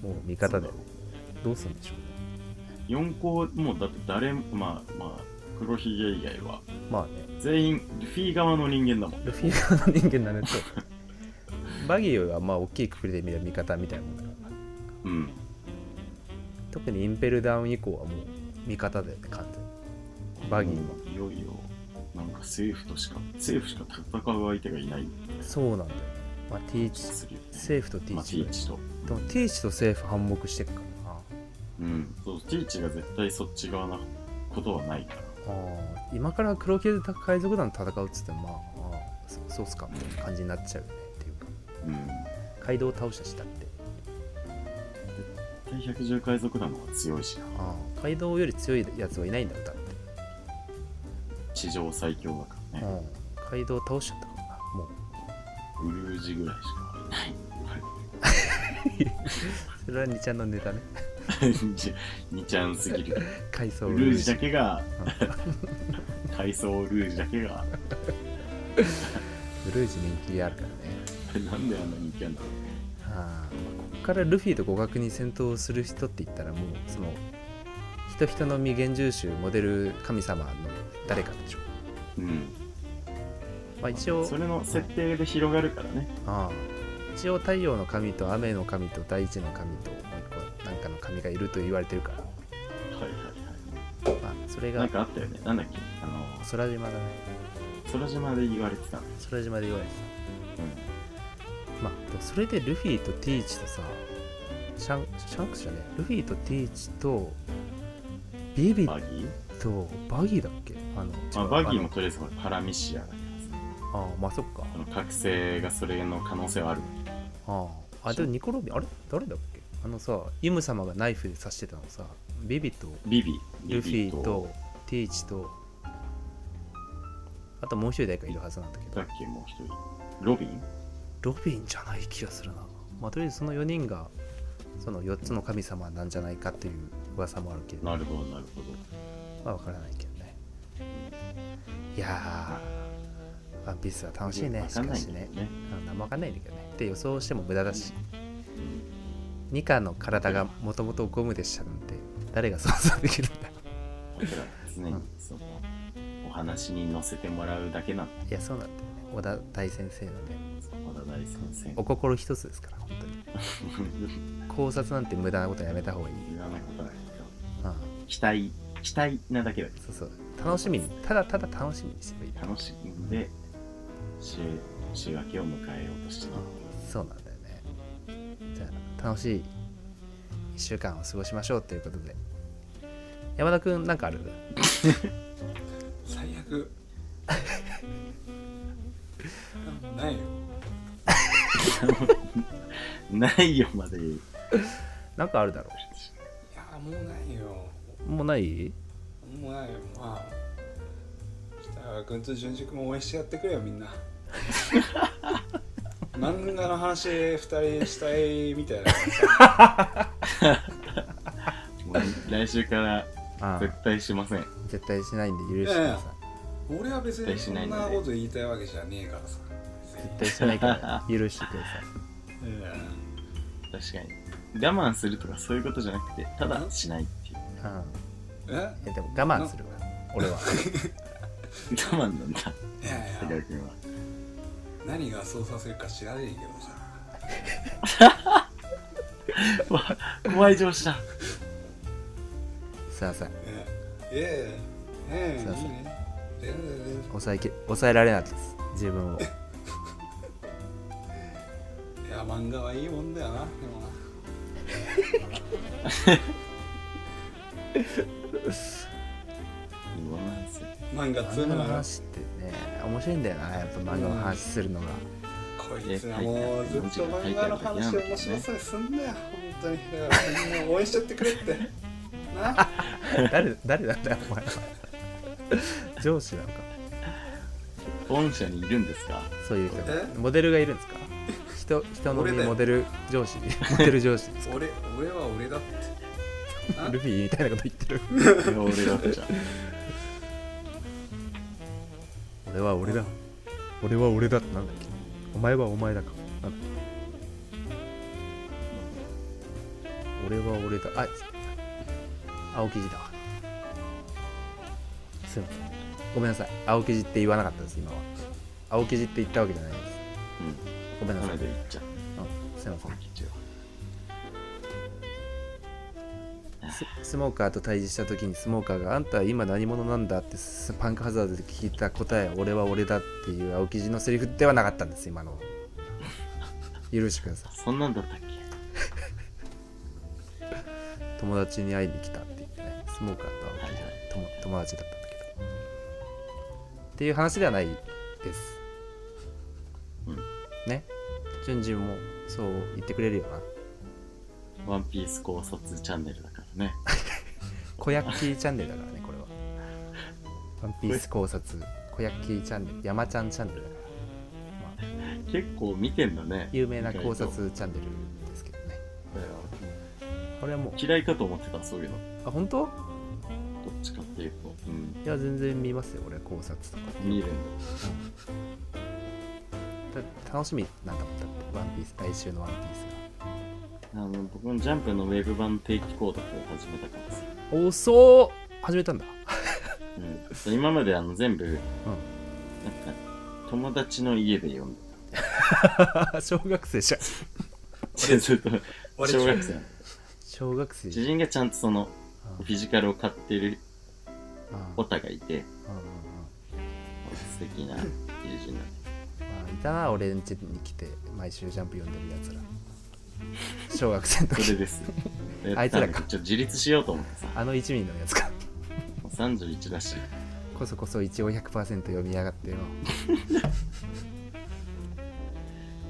[SPEAKER 4] もう味方だよ
[SPEAKER 5] そう
[SPEAKER 4] どうするんでしょうね
[SPEAKER 5] 4校もうだって誰もまあまあ黒ひげ以外は
[SPEAKER 4] まあね
[SPEAKER 5] 全員ルフィ側の人間だもん
[SPEAKER 4] ルフィ側の人間に なるとバギーはまあ大きいくくりで見る味方みたいなもんだから
[SPEAKER 5] うん
[SPEAKER 4] 特にインペルダウン以降はもう味方だよね完全にバギーは、
[SPEAKER 5] いよいよなんか政府としか政府しか戦う相手がいない
[SPEAKER 4] そうなんだよ、まあ、ティーチ
[SPEAKER 5] するよね
[SPEAKER 4] セーフとティ
[SPEAKER 5] ま
[SPEAKER 4] ー
[SPEAKER 5] あテ
[SPEAKER 4] チ
[SPEAKER 5] ィーチと
[SPEAKER 4] でもティーチとセーフ反目してるからな
[SPEAKER 5] うんそうティーチが絶対そっち側なことはないから
[SPEAKER 4] あー今から黒系海賊団と戦うっつってもまああーそそうっすかみたいな感じになっちゃうよねっていうか
[SPEAKER 5] うん
[SPEAKER 4] 街道を倒したしたって
[SPEAKER 5] 絶対百獣海賊団の方が強いしな
[SPEAKER 4] ああ街道より強いやつはいないんだろうだって
[SPEAKER 5] 地上最強だからね
[SPEAKER 4] うん街道を倒しちゃったからなもう
[SPEAKER 5] ウルージぐらいし かいない
[SPEAKER 4] それは2ちゃんのネタね
[SPEAKER 5] 2ちゃんすぎる
[SPEAKER 4] 階層
[SPEAKER 5] ウルージだけが体操ルージだけが
[SPEAKER 4] ブルージ人気あるからね
[SPEAKER 5] あれなんであんな人気あんだろう
[SPEAKER 4] ああまあこっからルフィと互角に戦闘する人って言ったらもうその人人の未現住集モデル神様の誰かでしょ
[SPEAKER 5] うん
[SPEAKER 4] まあ一応
[SPEAKER 5] それの設定で広がるからね
[SPEAKER 4] ああ一応太陽の神と雨の神と大地の神ともう一個なんかの神がいると言われてるから、
[SPEAKER 5] はいはい
[SPEAKER 4] まあ、それ
[SPEAKER 5] は
[SPEAKER 4] が
[SPEAKER 5] いなんかあったよねなんだっけあの
[SPEAKER 4] 空島だね
[SPEAKER 5] 空島で言われてたの
[SPEAKER 4] 空島で言われてたまあでもそれでルフィとティーチとさシャンシャンクスじゃねえルフィとティーチとビ
[SPEAKER 5] う
[SPEAKER 4] ビ
[SPEAKER 5] んバギー
[SPEAKER 4] とバギーだっけあの、
[SPEAKER 5] まあ、
[SPEAKER 4] 違う
[SPEAKER 5] バギー
[SPEAKER 4] あ
[SPEAKER 5] もとりあえずほらパラミシアだからさ
[SPEAKER 4] のああまあそっか
[SPEAKER 5] あの覚醒がそれの可能性はある
[SPEAKER 4] あああでもニコロビあれ誰だっけあのさイム様がナイフで刺してたのさビビと
[SPEAKER 5] ビビ
[SPEAKER 4] ルフィ
[SPEAKER 5] ビビ
[SPEAKER 4] とティーチとあともう一人誰かいるはずなんだけど
[SPEAKER 5] だっけもう一人ロビン
[SPEAKER 4] ロビンじゃない気がするな、まあ、とりあえずその4人がその4つの神様なんじゃないかっていう噂もあるけどま
[SPEAKER 5] なるほどなるほど
[SPEAKER 4] あ分からないけどねいやーワンピースは楽しいね
[SPEAKER 5] わ
[SPEAKER 4] し
[SPEAKER 5] かん
[SPEAKER 4] か
[SPEAKER 5] ない
[SPEAKER 4] し
[SPEAKER 5] んだよ
[SPEAKER 4] ね
[SPEAKER 5] ね
[SPEAKER 4] うん何も分かんないんだけどねで予想しても無駄だしニカの体がもともとゴムでしたなんて誰が想像できるんだ
[SPEAKER 5] だから常にそのお話に乗せてもらうだけなんだ
[SPEAKER 4] いやそうなんだよね小田大先生のね
[SPEAKER 5] 小田大先生
[SPEAKER 4] お心一つですから本当に考察なんて無駄なことはやめた方がいい、
[SPEAKER 5] 言わないことない
[SPEAKER 4] うん、
[SPEAKER 5] 期待期待なだけだけ
[SPEAKER 4] そうそう楽しみにただただ楽しみにすればいい
[SPEAKER 5] ど楽しんで週週明けを迎えようとしてる
[SPEAKER 4] そうなんだよねじゃあ楽しい1週間を過ごしましょうということで山田くんなんかある
[SPEAKER 6] 最 悪なんもないよ
[SPEAKER 5] ないよまで言う
[SPEAKER 4] なんかあるだろ
[SPEAKER 6] いやもうないよ
[SPEAKER 4] うもうない
[SPEAKER 6] もうもないまあ北川君と純次君も応援してやってくれよ みんな漫画の話2人したいみたいな
[SPEAKER 5] もう来週から
[SPEAKER 4] あ
[SPEAKER 5] 絶対しません。
[SPEAKER 4] 絶対しないんで許してくださ
[SPEAKER 6] 俺は別にそんなこと言いたいわけじゃねえからさ
[SPEAKER 4] い絶対しないから許してください
[SPEAKER 5] 確かに。我慢するとかそういうことじゃなくて、ただしないっていう。
[SPEAKER 4] うん
[SPEAKER 6] ええ
[SPEAKER 4] えでも我慢するわ俺は
[SPEAKER 5] 我慢なんだ、
[SPEAKER 6] いや
[SPEAKER 5] 高
[SPEAKER 6] いや
[SPEAKER 5] く君は。
[SPEAKER 6] 何がそうさせるか知らねえけどさ
[SPEAKER 5] わ、怖い上司だ。
[SPEAKER 4] すいません
[SPEAKER 6] ええええ
[SPEAKER 4] すいません
[SPEAKER 6] いいね全然全然
[SPEAKER 4] 抑えき抑えられなかったです自分を
[SPEAKER 6] いや漫画はいいもんだよなでもな
[SPEAKER 5] ロマンス。
[SPEAKER 6] 漫画
[SPEAKER 4] 漫
[SPEAKER 6] 通
[SPEAKER 4] 画
[SPEAKER 6] む
[SPEAKER 4] の
[SPEAKER 6] なら
[SPEAKER 4] 話ってね面白いんだよなやっぱ漫画の話するのが、
[SPEAKER 6] こいつはもうずっと漫画の話を面白そうにすんだよ、本当に。だからみんな応援しちゃってくれって。な
[SPEAKER 4] 誰誰なんだよお前は上司なのか
[SPEAKER 5] 御社にいるんですか
[SPEAKER 4] そういう人が
[SPEAKER 6] え
[SPEAKER 4] モデルがいるんですか人人の
[SPEAKER 6] 俺だよ
[SPEAKER 4] モデル上司モデル上司です
[SPEAKER 6] 俺、俺は俺だって。あ
[SPEAKER 4] ルフィみたいなこと言ってる
[SPEAKER 5] いや俺だっちゃ。
[SPEAKER 4] 俺は俺だ俺は俺だってなんだっけお前はお前だかなんだっけ俺は俺だあ青生地だわすいませんごめんなさい青生地って言わなかったです今は青生地って言ったわけじゃないです
[SPEAKER 5] うん。
[SPEAKER 4] ごめんなさ
[SPEAKER 5] そ
[SPEAKER 4] い、
[SPEAKER 5] れ
[SPEAKER 4] うん、
[SPEAKER 5] で行っちゃう。
[SPEAKER 4] すいません
[SPEAKER 5] 一応
[SPEAKER 4] ススモーカーと対峙した時にスモーカーが「あんたは今何者なんだ?」ってスパンクハザードで聞いた答え「俺は俺だ」っていう青生地のセリフではなかったんです今の 許してください
[SPEAKER 5] そんなんだったっけ
[SPEAKER 4] 友達に会いに来たって言ってねスモーカーと青
[SPEAKER 5] はい
[SPEAKER 4] 木
[SPEAKER 5] は
[SPEAKER 4] 地
[SPEAKER 5] い
[SPEAKER 4] 友友達だったんだけどっていう話ではないです
[SPEAKER 5] うん
[SPEAKER 4] ね順次もそう言ってくれるよな
[SPEAKER 5] ワンピース考察チャンネルだからね。
[SPEAKER 4] 小ヤッキーチャンネルだからねこれはワンピース考察小ヤッキーチャンネル山ちゃんチャンネルだから
[SPEAKER 5] 結構見てんだね。
[SPEAKER 4] 有名な考
[SPEAKER 5] 意外
[SPEAKER 4] 察チャンネルですけどね
[SPEAKER 5] と。だよ
[SPEAKER 4] これはもう
[SPEAKER 5] 嫌いかと思ってた、そういうの。
[SPEAKER 4] あ本当
[SPEAKER 5] どっちかっていうと。うん。
[SPEAKER 4] いや全然見ますよ俺考察とか
[SPEAKER 5] 見るんだ。
[SPEAKER 4] た楽しみなんだもんだってワンピース来週のワンピース
[SPEAKER 5] あの僕もジャンプのウェブ版定期購読を始めたからさ。
[SPEAKER 4] が遅っ始めたんだ
[SPEAKER 5] うんそう。今まであの全部、なんか、友達の家で読んで
[SPEAKER 4] 小学生じゃん
[SPEAKER 5] た。ずっと、
[SPEAKER 6] 俺
[SPEAKER 5] 小学生なの。
[SPEAKER 4] 小学生
[SPEAKER 5] 知
[SPEAKER 4] じ
[SPEAKER 5] 人がちゃんとその、
[SPEAKER 4] ゃん
[SPEAKER 5] フィジカルを買ってる
[SPEAKER 4] うんうん
[SPEAKER 5] オタがいて、
[SPEAKER 4] うんうん
[SPEAKER 5] 素敵な友人なんで
[SPEAKER 4] まあいたな俺ん家に来て毎週ジャンプ読んでるやつら小学生の
[SPEAKER 5] す。それ
[SPEAKER 4] 時
[SPEAKER 5] です。やったんだけど
[SPEAKER 4] あいつらか
[SPEAKER 5] ちょっと自立しようと思ってさ。
[SPEAKER 4] あの1ミリのやつか
[SPEAKER 5] もう31だし。
[SPEAKER 4] こそこそ一応100%読みやがってよ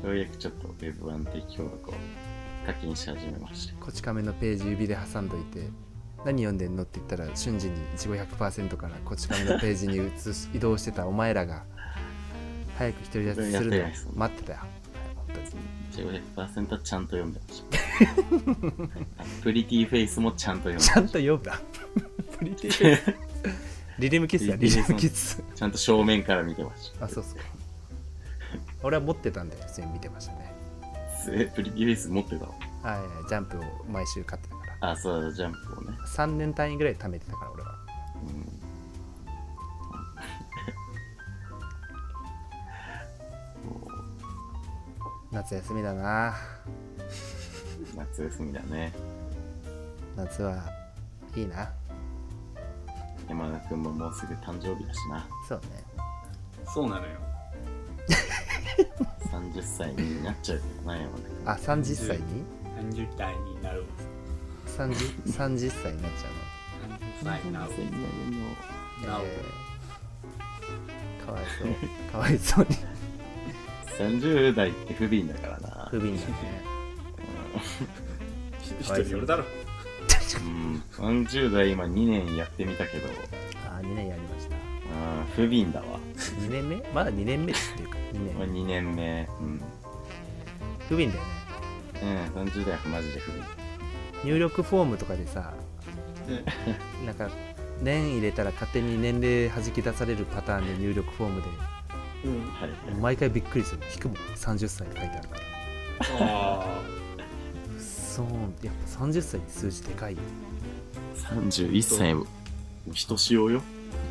[SPEAKER 5] ようやくちょっとウェブ版的評価を課金し始めました。
[SPEAKER 4] こち亀のページ指で挟んどいて何読んでんのって言ったら瞬時にいちご100%からこち亀のページに移し移動してたお前らが早く独り立ちするのを待ってたよ本当に
[SPEAKER 5] 一応100%はちゃんと読んで ました。あプリティフェイスもちゃんと読んでま
[SPEAKER 4] ち
[SPEAKER 5] し
[SPEAKER 4] ゃ
[SPEAKER 5] た
[SPEAKER 4] んと読ん だプリティフェイスリリムキッスだリリムキッス
[SPEAKER 5] ちゃんと正面から見てました。
[SPEAKER 4] あそうっすか俺は持ってたんで普通に見てましたね
[SPEAKER 5] え、プリティフェイス持ってたの
[SPEAKER 4] はいジャンプを毎週買ってたから
[SPEAKER 5] あ、そうだ、ジャンプをね。
[SPEAKER 4] 3年単位ぐらい貯めてたから俺は夏休みだな
[SPEAKER 5] うん、夏休みだね。
[SPEAKER 4] 夏はいいな
[SPEAKER 5] 山田くんももうすぐ誕生日だしな。
[SPEAKER 4] そうね
[SPEAKER 6] そうなのよ。
[SPEAKER 5] 30歳になっちゃうからな、山田くん。
[SPEAKER 4] あ30歳に
[SPEAKER 6] 30代になる。
[SPEAKER 4] 30, 30歳になっ
[SPEAKER 6] 30
[SPEAKER 4] ちゃ
[SPEAKER 6] 歳になる
[SPEAKER 5] 30歳になるの。
[SPEAKER 4] う
[SPEAKER 6] な
[SPEAKER 4] の、
[SPEAKER 6] お
[SPEAKER 4] えーかわいそうかわいそうに
[SPEAKER 5] 30代って不憫だからな。
[SPEAKER 4] 不憫だね
[SPEAKER 6] 一人よるだろ。
[SPEAKER 5] うん。30代今2年やってみたけど、
[SPEAKER 4] あ2年やりました
[SPEAKER 5] あー不憫だわ
[SPEAKER 4] 2年目まだ2年目っていうか2
[SPEAKER 5] これ
[SPEAKER 4] 年
[SPEAKER 5] 2年目うん
[SPEAKER 4] 不便だよね
[SPEAKER 5] うん30代はマジで不憫
[SPEAKER 4] 入力フォームとかでさ
[SPEAKER 5] ね
[SPEAKER 4] なんか年入れたら勝手に年齢弾き出されるパターンで入力フォームで
[SPEAKER 6] うん、
[SPEAKER 5] はい
[SPEAKER 4] 毎回びっくりする引くもん30歳って書いてあるから
[SPEAKER 6] あ
[SPEAKER 4] うっそうやっぱ30歳って数字でかいよ
[SPEAKER 5] 31歳もひとしおよ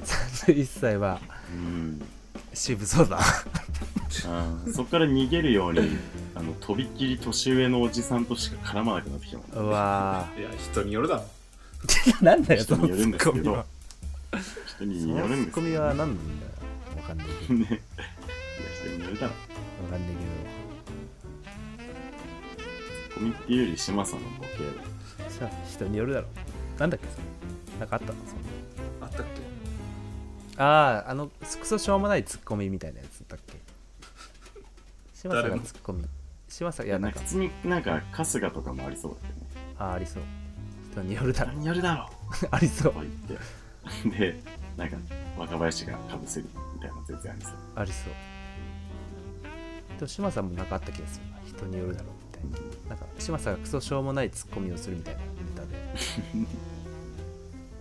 [SPEAKER 4] 31歳は
[SPEAKER 5] うん
[SPEAKER 4] 渋そうだ
[SPEAKER 5] あーそこから逃げるようにあのとびっきり年上のおじさんとしか絡まなくなってきたもん
[SPEAKER 4] うわ
[SPEAKER 6] あいや人によるだろ
[SPEAKER 4] ーなんだよ
[SPEAKER 5] 人
[SPEAKER 4] その
[SPEAKER 5] に
[SPEAKER 4] ツ
[SPEAKER 5] よる
[SPEAKER 4] ッ
[SPEAKER 5] んです
[SPEAKER 4] コ
[SPEAKER 5] け
[SPEAKER 4] ミ
[SPEAKER 5] ど
[SPEAKER 4] は
[SPEAKER 5] 人
[SPEAKER 4] そ
[SPEAKER 5] に
[SPEAKER 4] の
[SPEAKER 5] よ
[SPEAKER 4] ツ
[SPEAKER 5] るん
[SPEAKER 4] ッ
[SPEAKER 5] です
[SPEAKER 4] コ
[SPEAKER 5] け
[SPEAKER 4] ミ
[SPEAKER 5] ど
[SPEAKER 4] は何なんだよわかんないけど
[SPEAKER 5] ねいや人によるだろ
[SPEAKER 4] わかんない
[SPEAKER 5] ツッコミっていうより島さんのボケ
[SPEAKER 4] けどさ人によるだろなんだっけそれなんかあったのその
[SPEAKER 6] あったっけ
[SPEAKER 4] あああのクソしょうもないツッコミみたいなやつだっけ島さんがツッコミ島さんい
[SPEAKER 5] いや
[SPEAKER 4] やな
[SPEAKER 5] なんんか
[SPEAKER 4] か
[SPEAKER 5] 普通になんか春日とかもありそうだけどね
[SPEAKER 4] ああありそう人によるだ
[SPEAKER 5] 人
[SPEAKER 4] ろ
[SPEAKER 5] によるだろ
[SPEAKER 4] ありそう
[SPEAKER 5] とか言 ってでなんか若林がかぶせるみたいな全然ありそう
[SPEAKER 4] ありそうでも志麻さんもなんかあった気がするな人によるだろうみたいななんか志麻さんがクソしょうもないツッコミをするみたいなネタで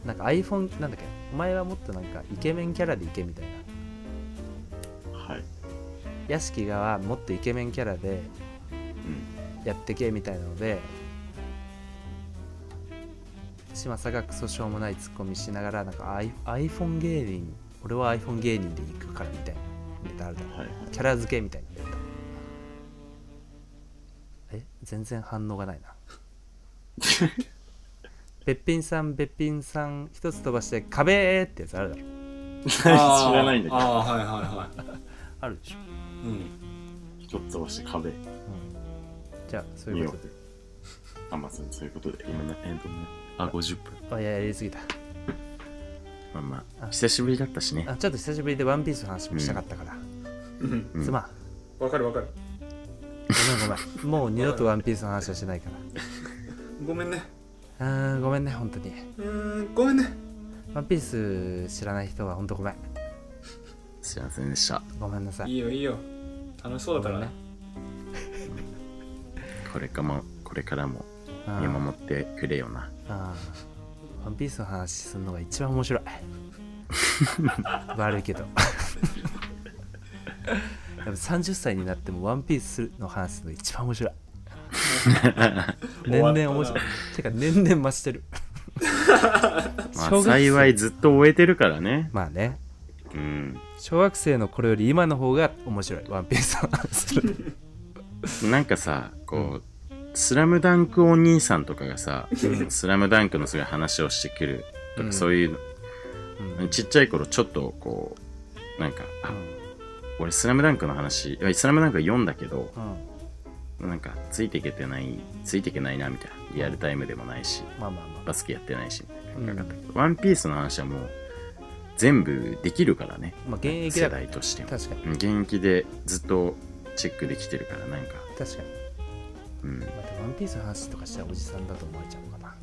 [SPEAKER 4] なんか iPhone なんだっけお前はもっとなんかイケメンキャラでいけみたいな
[SPEAKER 5] はい、
[SPEAKER 4] 屋敷がはもっとイケメンキャラで
[SPEAKER 5] うん、
[SPEAKER 4] やってけみたいなので嶋佐がクソしょうもないツッコミしながらなんかアイ iPhone 芸人俺は iPhone 芸人で行くからみたいなネタあるだろ
[SPEAKER 5] はいはい
[SPEAKER 4] キャラ付けみたいなネタえ全然反応がないな べっぴんさんべっぴんさん一つ飛ばして壁ってやつあるだろ
[SPEAKER 5] 知らないんだけ
[SPEAKER 6] あ
[SPEAKER 5] ど
[SPEAKER 6] あはいはいは
[SPEAKER 4] あるでしょ、
[SPEAKER 6] いうん
[SPEAKER 5] 一つ押して壁
[SPEAKER 4] うん、じゃあそうい
[SPEAKER 5] 見
[SPEAKER 4] う
[SPEAKER 5] よ
[SPEAKER 4] こ
[SPEAKER 5] うあまあそうそういうことで今ねえっとねあ50分
[SPEAKER 4] とであいややりすぎた
[SPEAKER 5] まあま
[SPEAKER 4] あ
[SPEAKER 5] あ久しぶりだったしね
[SPEAKER 4] あちょっと久しぶりでワンピースの話もしたかったから、
[SPEAKER 6] うん
[SPEAKER 5] うん
[SPEAKER 4] すまん
[SPEAKER 6] わかるわかる
[SPEAKER 4] ごめんごめんもう二度とワンピースの話はしないか
[SPEAKER 6] ごめんね
[SPEAKER 4] らうーんごめんね本当に
[SPEAKER 6] うーんごめんね
[SPEAKER 4] ワンピース知らない人は本当ごめん
[SPEAKER 5] すいませんでした
[SPEAKER 4] ごめんなさい
[SPEAKER 6] いいよいいよ楽しそうだったらね
[SPEAKER 5] これからもこれからも
[SPEAKER 4] ごめん
[SPEAKER 5] 見
[SPEAKER 4] ねうん
[SPEAKER 5] 守ってくれよな
[SPEAKER 4] あーワンピースの話するのが一番面 白い悪いけどやっぱ30歳になってもワンピースの話するのが一番面 白い年々面
[SPEAKER 6] 終わった
[SPEAKER 4] 白い
[SPEAKER 6] な
[SPEAKER 4] てか年々増 してる
[SPEAKER 5] ま
[SPEAKER 4] 小
[SPEAKER 5] あ
[SPEAKER 4] 学生
[SPEAKER 5] 幸いずっと終えてるからね
[SPEAKER 4] まあね
[SPEAKER 5] うん
[SPEAKER 4] 小学生の頃より今の方が面白いワンピースの話する
[SPEAKER 5] なんかさこう「スラムダンクお兄さんとかがさ「スラムダンクのすごい話をしてくるとか、
[SPEAKER 4] うん
[SPEAKER 5] そういう
[SPEAKER 4] うん
[SPEAKER 5] のちっちゃい頃ちょっとこうなんか「あ
[SPEAKER 4] うん
[SPEAKER 5] 俺スラムダンクの話いやスラムダンク読んだけど
[SPEAKER 4] うん
[SPEAKER 5] なんかついていけてないついていけないな」みたいなリアルタイムでもないし
[SPEAKER 4] まあまあま
[SPEAKER 5] バスケやってないしみたいな感覚だったけどワンピースの話はもう全部できるからね
[SPEAKER 4] あ、まあ、現役だ
[SPEAKER 5] 世代としても
[SPEAKER 4] 確かに
[SPEAKER 5] うん現役でずっとチェックできてるからなんか
[SPEAKER 4] 確かに
[SPEAKER 5] うん
[SPEAKER 4] またワンピースの話とかしたらおじさんだと思われちゃうのかな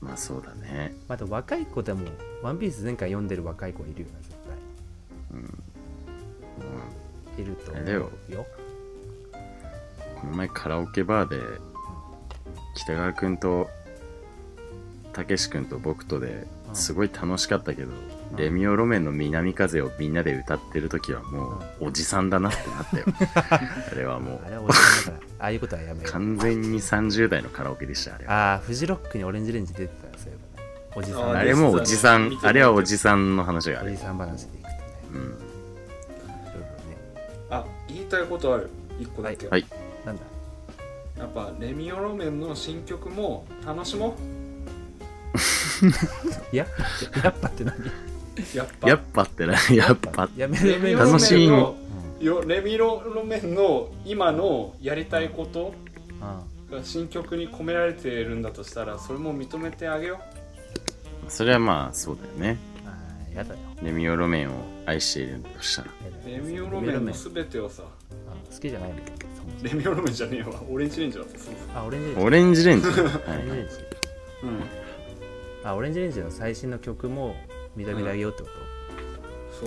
[SPEAKER 5] まあそうだね
[SPEAKER 4] また若い子でもワンピース前回読んでる若い子いるよな絶
[SPEAKER 5] うん、
[SPEAKER 4] 対いると思
[SPEAKER 5] あれよ
[SPEAKER 4] うよ
[SPEAKER 5] うん、この前カラオケバーで北川くんとたけしくんと僕とで
[SPEAKER 4] うん
[SPEAKER 5] すごい楽しかったけど、
[SPEAKER 4] ん
[SPEAKER 5] レミオロメンの南風をみんなで歌ってる時はもうおじさんだなってなったよあれはも
[SPEAKER 4] あ
[SPEAKER 5] う
[SPEAKER 4] れはおじさんだからああいうことはやめよう
[SPEAKER 5] 完全に30代のカラオケでしたあれは
[SPEAKER 4] ああフジロックにオレンジレンジ出てたらそういえばねおじさん
[SPEAKER 6] あ
[SPEAKER 5] あれもおじさ
[SPEAKER 6] 見
[SPEAKER 5] ん
[SPEAKER 6] てる
[SPEAKER 5] あれはおじさんの話があ
[SPEAKER 4] おじ
[SPEAKER 5] れ
[SPEAKER 4] さん話でいくとね
[SPEAKER 5] うん
[SPEAKER 4] いろいろね
[SPEAKER 6] あ言いたいことある一個だけ、
[SPEAKER 5] はい
[SPEAKER 4] なんだ
[SPEAKER 6] やっぱレミオロメンの新曲も楽しも
[SPEAKER 4] いや やっぱって何
[SPEAKER 6] うやっぱ
[SPEAKER 5] やっぱってなやっぱ
[SPEAKER 4] やめ
[SPEAKER 6] レ
[SPEAKER 4] る
[SPEAKER 6] ミ
[SPEAKER 4] め
[SPEAKER 6] オロ
[SPEAKER 4] る
[SPEAKER 6] メンの
[SPEAKER 5] 楽しい
[SPEAKER 6] よ
[SPEAKER 4] うん
[SPEAKER 6] レミオロメンの今のやりたいこと
[SPEAKER 4] うん
[SPEAKER 6] が新曲に込められてるんだとしたらそれも認めてあげよ
[SPEAKER 5] それはまあそうだよね
[SPEAKER 4] あーやだよ
[SPEAKER 5] レミオロメンを愛しているとしたら
[SPEAKER 4] やだよ
[SPEAKER 6] うレミオロメンの全てをさ
[SPEAKER 4] あ好きじゃないのそもそも
[SPEAKER 6] レミオロメンじゃねえわオレンジレンジだったそも
[SPEAKER 4] あオレンジレンジ
[SPEAKER 5] オレンジレンジ、 は
[SPEAKER 4] オレン
[SPEAKER 5] い
[SPEAKER 4] ジ
[SPEAKER 5] は
[SPEAKER 4] レ
[SPEAKER 5] い
[SPEAKER 4] ンジ
[SPEAKER 6] そもうん
[SPEAKER 4] あオレンジレンジの最新の曲も認めてあげようってこと、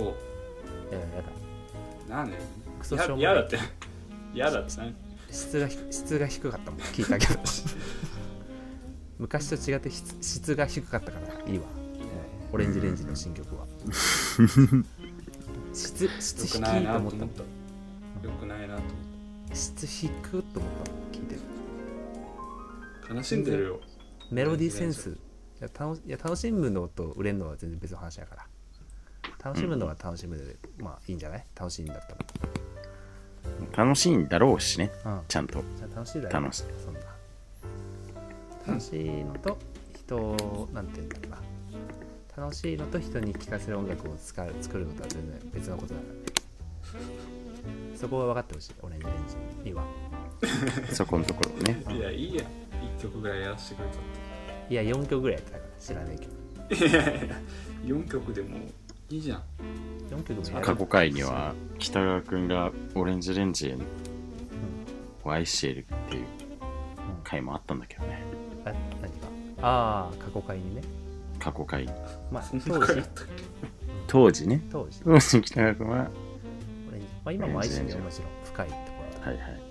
[SPEAKER 6] そう
[SPEAKER 4] いややだ
[SPEAKER 6] なんで
[SPEAKER 4] クソしょうも
[SPEAKER 6] や
[SPEAKER 4] な
[SPEAKER 6] やだ
[SPEAKER 4] い
[SPEAKER 6] って嫌だってなんか
[SPEAKER 4] 質がひ質が低かったもん聞いた けど昔と違って質質が低かったからいいわオレンジレンジの新曲は質質
[SPEAKER 6] 良
[SPEAKER 4] 低
[SPEAKER 6] くな
[SPEAKER 4] い
[SPEAKER 6] い
[SPEAKER 4] と
[SPEAKER 6] なと思
[SPEAKER 4] 思っ
[SPEAKER 6] ったた良くないなと思っ
[SPEAKER 4] 質低っと思った聞いて
[SPEAKER 6] た悲しんでるよ
[SPEAKER 4] メロディーセンスいや楽しいや楽しむのと売れるのは全然別の話やから楽しむのは楽しむで、まあいいんじゃない楽しいんだった
[SPEAKER 5] 楽しいんだろうしね、
[SPEAKER 4] ら、うん、
[SPEAKER 5] ちゃんと。
[SPEAKER 4] じゃあ楽しいだよ
[SPEAKER 5] 楽しい
[SPEAKER 4] そんな楽しいのと人をなんて言うんだろうな楽しいのと人に聴かせる音楽を使う作るのとは全然別のことだからねそこは分かってほしいオレンジレンジには
[SPEAKER 5] そこのところをね。
[SPEAKER 6] いやいいや1曲ぐらいやらせてくれたって
[SPEAKER 4] いや4曲ぐらいやってたから知らない曲
[SPEAKER 6] 4曲でもいいじゃん
[SPEAKER 4] 4曲もやる
[SPEAKER 5] 過去回には北川くんがオレンジレンジへを愛しているっていう回もあったんだけどね
[SPEAKER 4] あ何かああ過去回にね
[SPEAKER 5] 過去回
[SPEAKER 4] ま あ
[SPEAKER 6] そ
[SPEAKER 4] 当
[SPEAKER 6] んな
[SPEAKER 4] 時
[SPEAKER 6] 回だったっけ
[SPEAKER 5] 当時ね
[SPEAKER 4] 当時
[SPEAKER 5] 当時 北川くんは
[SPEAKER 4] オレンジまあ今も愛してるよもちろん深いところは
[SPEAKER 5] はいはい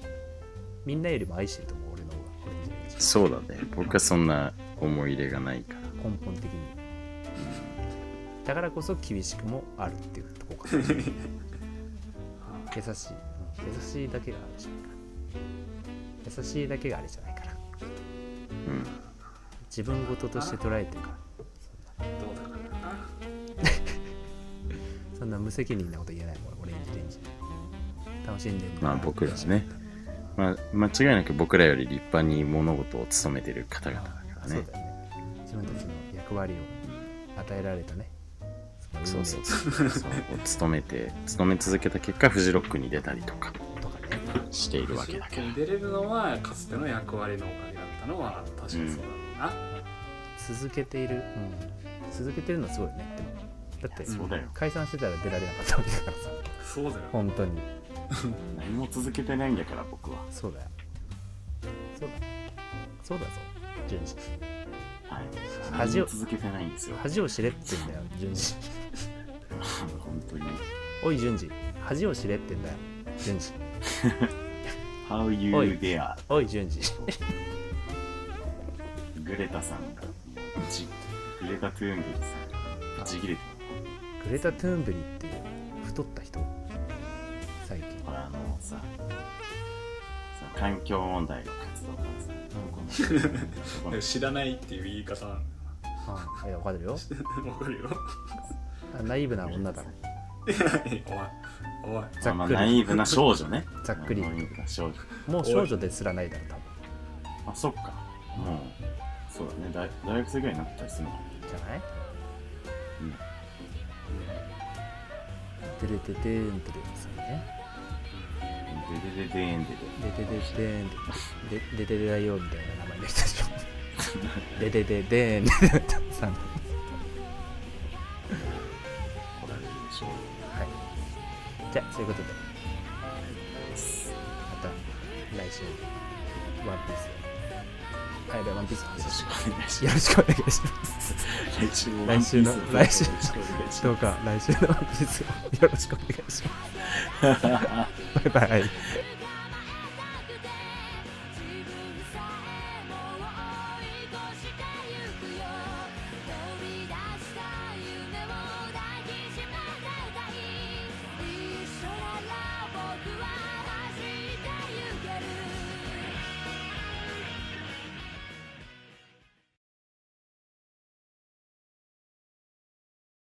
[SPEAKER 4] みんなよりも愛してると思う俺の方がオレンジレンジ
[SPEAKER 5] そうだね僕はそんな思い入れがないから
[SPEAKER 4] 根本的にだからこそ厳しくもあるっていうとこかな優しい、うん優しいだけがあれじゃないから優しいだけがあれじゃないから
[SPEAKER 5] うん
[SPEAKER 4] 自分事として捉えてるから
[SPEAKER 6] どうだかな
[SPEAKER 4] そんな無責任なこと言えないもんオレンジレンジ楽しんでるんだな
[SPEAKER 5] まあ僕らねまあ間違いなく僕らより立派に物事を務めてる方々だから
[SPEAKER 4] そう
[SPEAKER 5] ね
[SPEAKER 4] だよね自分たちの役割を与えられたね
[SPEAKER 5] そうそうそうそう務めて務め続けた結果フジロックに出たりとか
[SPEAKER 4] とかね
[SPEAKER 5] しているわけだから
[SPEAKER 6] に出れるのはかつての役割のおかげだったのは確かにそうだろうな、
[SPEAKER 4] 続けている、うん、続けてるのはすごいよねでもだって
[SPEAKER 5] そうだよ
[SPEAKER 4] 解散してたら出られなかったわけだからさ
[SPEAKER 6] そうだよ
[SPEAKER 4] 本当に
[SPEAKER 5] 何も続けてないんだから僕は
[SPEAKER 4] そうだよそうだそうだぞ順次
[SPEAKER 5] はい
[SPEAKER 4] 恥を
[SPEAKER 5] 何も続けてないんですよ
[SPEAKER 4] 恥を知れって言うんだよ順次
[SPEAKER 5] 本当に
[SPEAKER 4] おい順次恥を知れって言うんだよ順次
[SPEAKER 5] How
[SPEAKER 4] おい
[SPEAKER 5] you dare
[SPEAKER 4] おい順次
[SPEAKER 5] グレタさんがじグレタ・トゥーンベリさんがちぎれて
[SPEAKER 4] グレタ・トゥーンベリーっていう太った人最近
[SPEAKER 5] ほらあのささ環境問題の活動家さ この
[SPEAKER 6] 知らないっていう言い方な
[SPEAKER 4] あいやわかる よ
[SPEAKER 6] のわかるよ
[SPEAKER 4] あナイーブな女だろ
[SPEAKER 6] おいおい
[SPEAKER 4] ざっ
[SPEAKER 5] まあ
[SPEAKER 4] く
[SPEAKER 5] ナ
[SPEAKER 4] り
[SPEAKER 5] イーブな少女ね
[SPEAKER 4] ざっくり
[SPEAKER 5] ナイーブな少女
[SPEAKER 4] もう少女ですらないだろ多分
[SPEAKER 5] あそっかもうそうだね大大学生ぐらいになったりするのかな
[SPEAKER 4] じゃない
[SPEAKER 5] うん
[SPEAKER 4] てれててーんてれさんね
[SPEAKER 5] ででででーんでで
[SPEAKER 4] ででででーんででででだよみたいな名前の人で しょででででーんってさん
[SPEAKER 5] 来られるでしょう
[SPEAKER 4] はい。じゃあ、そういうことで、また来週、ワンピースを。はい、ではワンピースの話をしよ
[SPEAKER 5] お願いし
[SPEAKER 4] うよろしくお願いします。
[SPEAKER 5] 来週も
[SPEAKER 4] 来週の
[SPEAKER 5] ワンピー
[SPEAKER 4] 来
[SPEAKER 5] ス
[SPEAKER 4] 週
[SPEAKER 5] よろし
[SPEAKER 4] ど
[SPEAKER 5] くお願いしま
[SPEAKER 4] う か来週のワンピースをよろしくお願いします。バイバイ。
[SPEAKER 5] す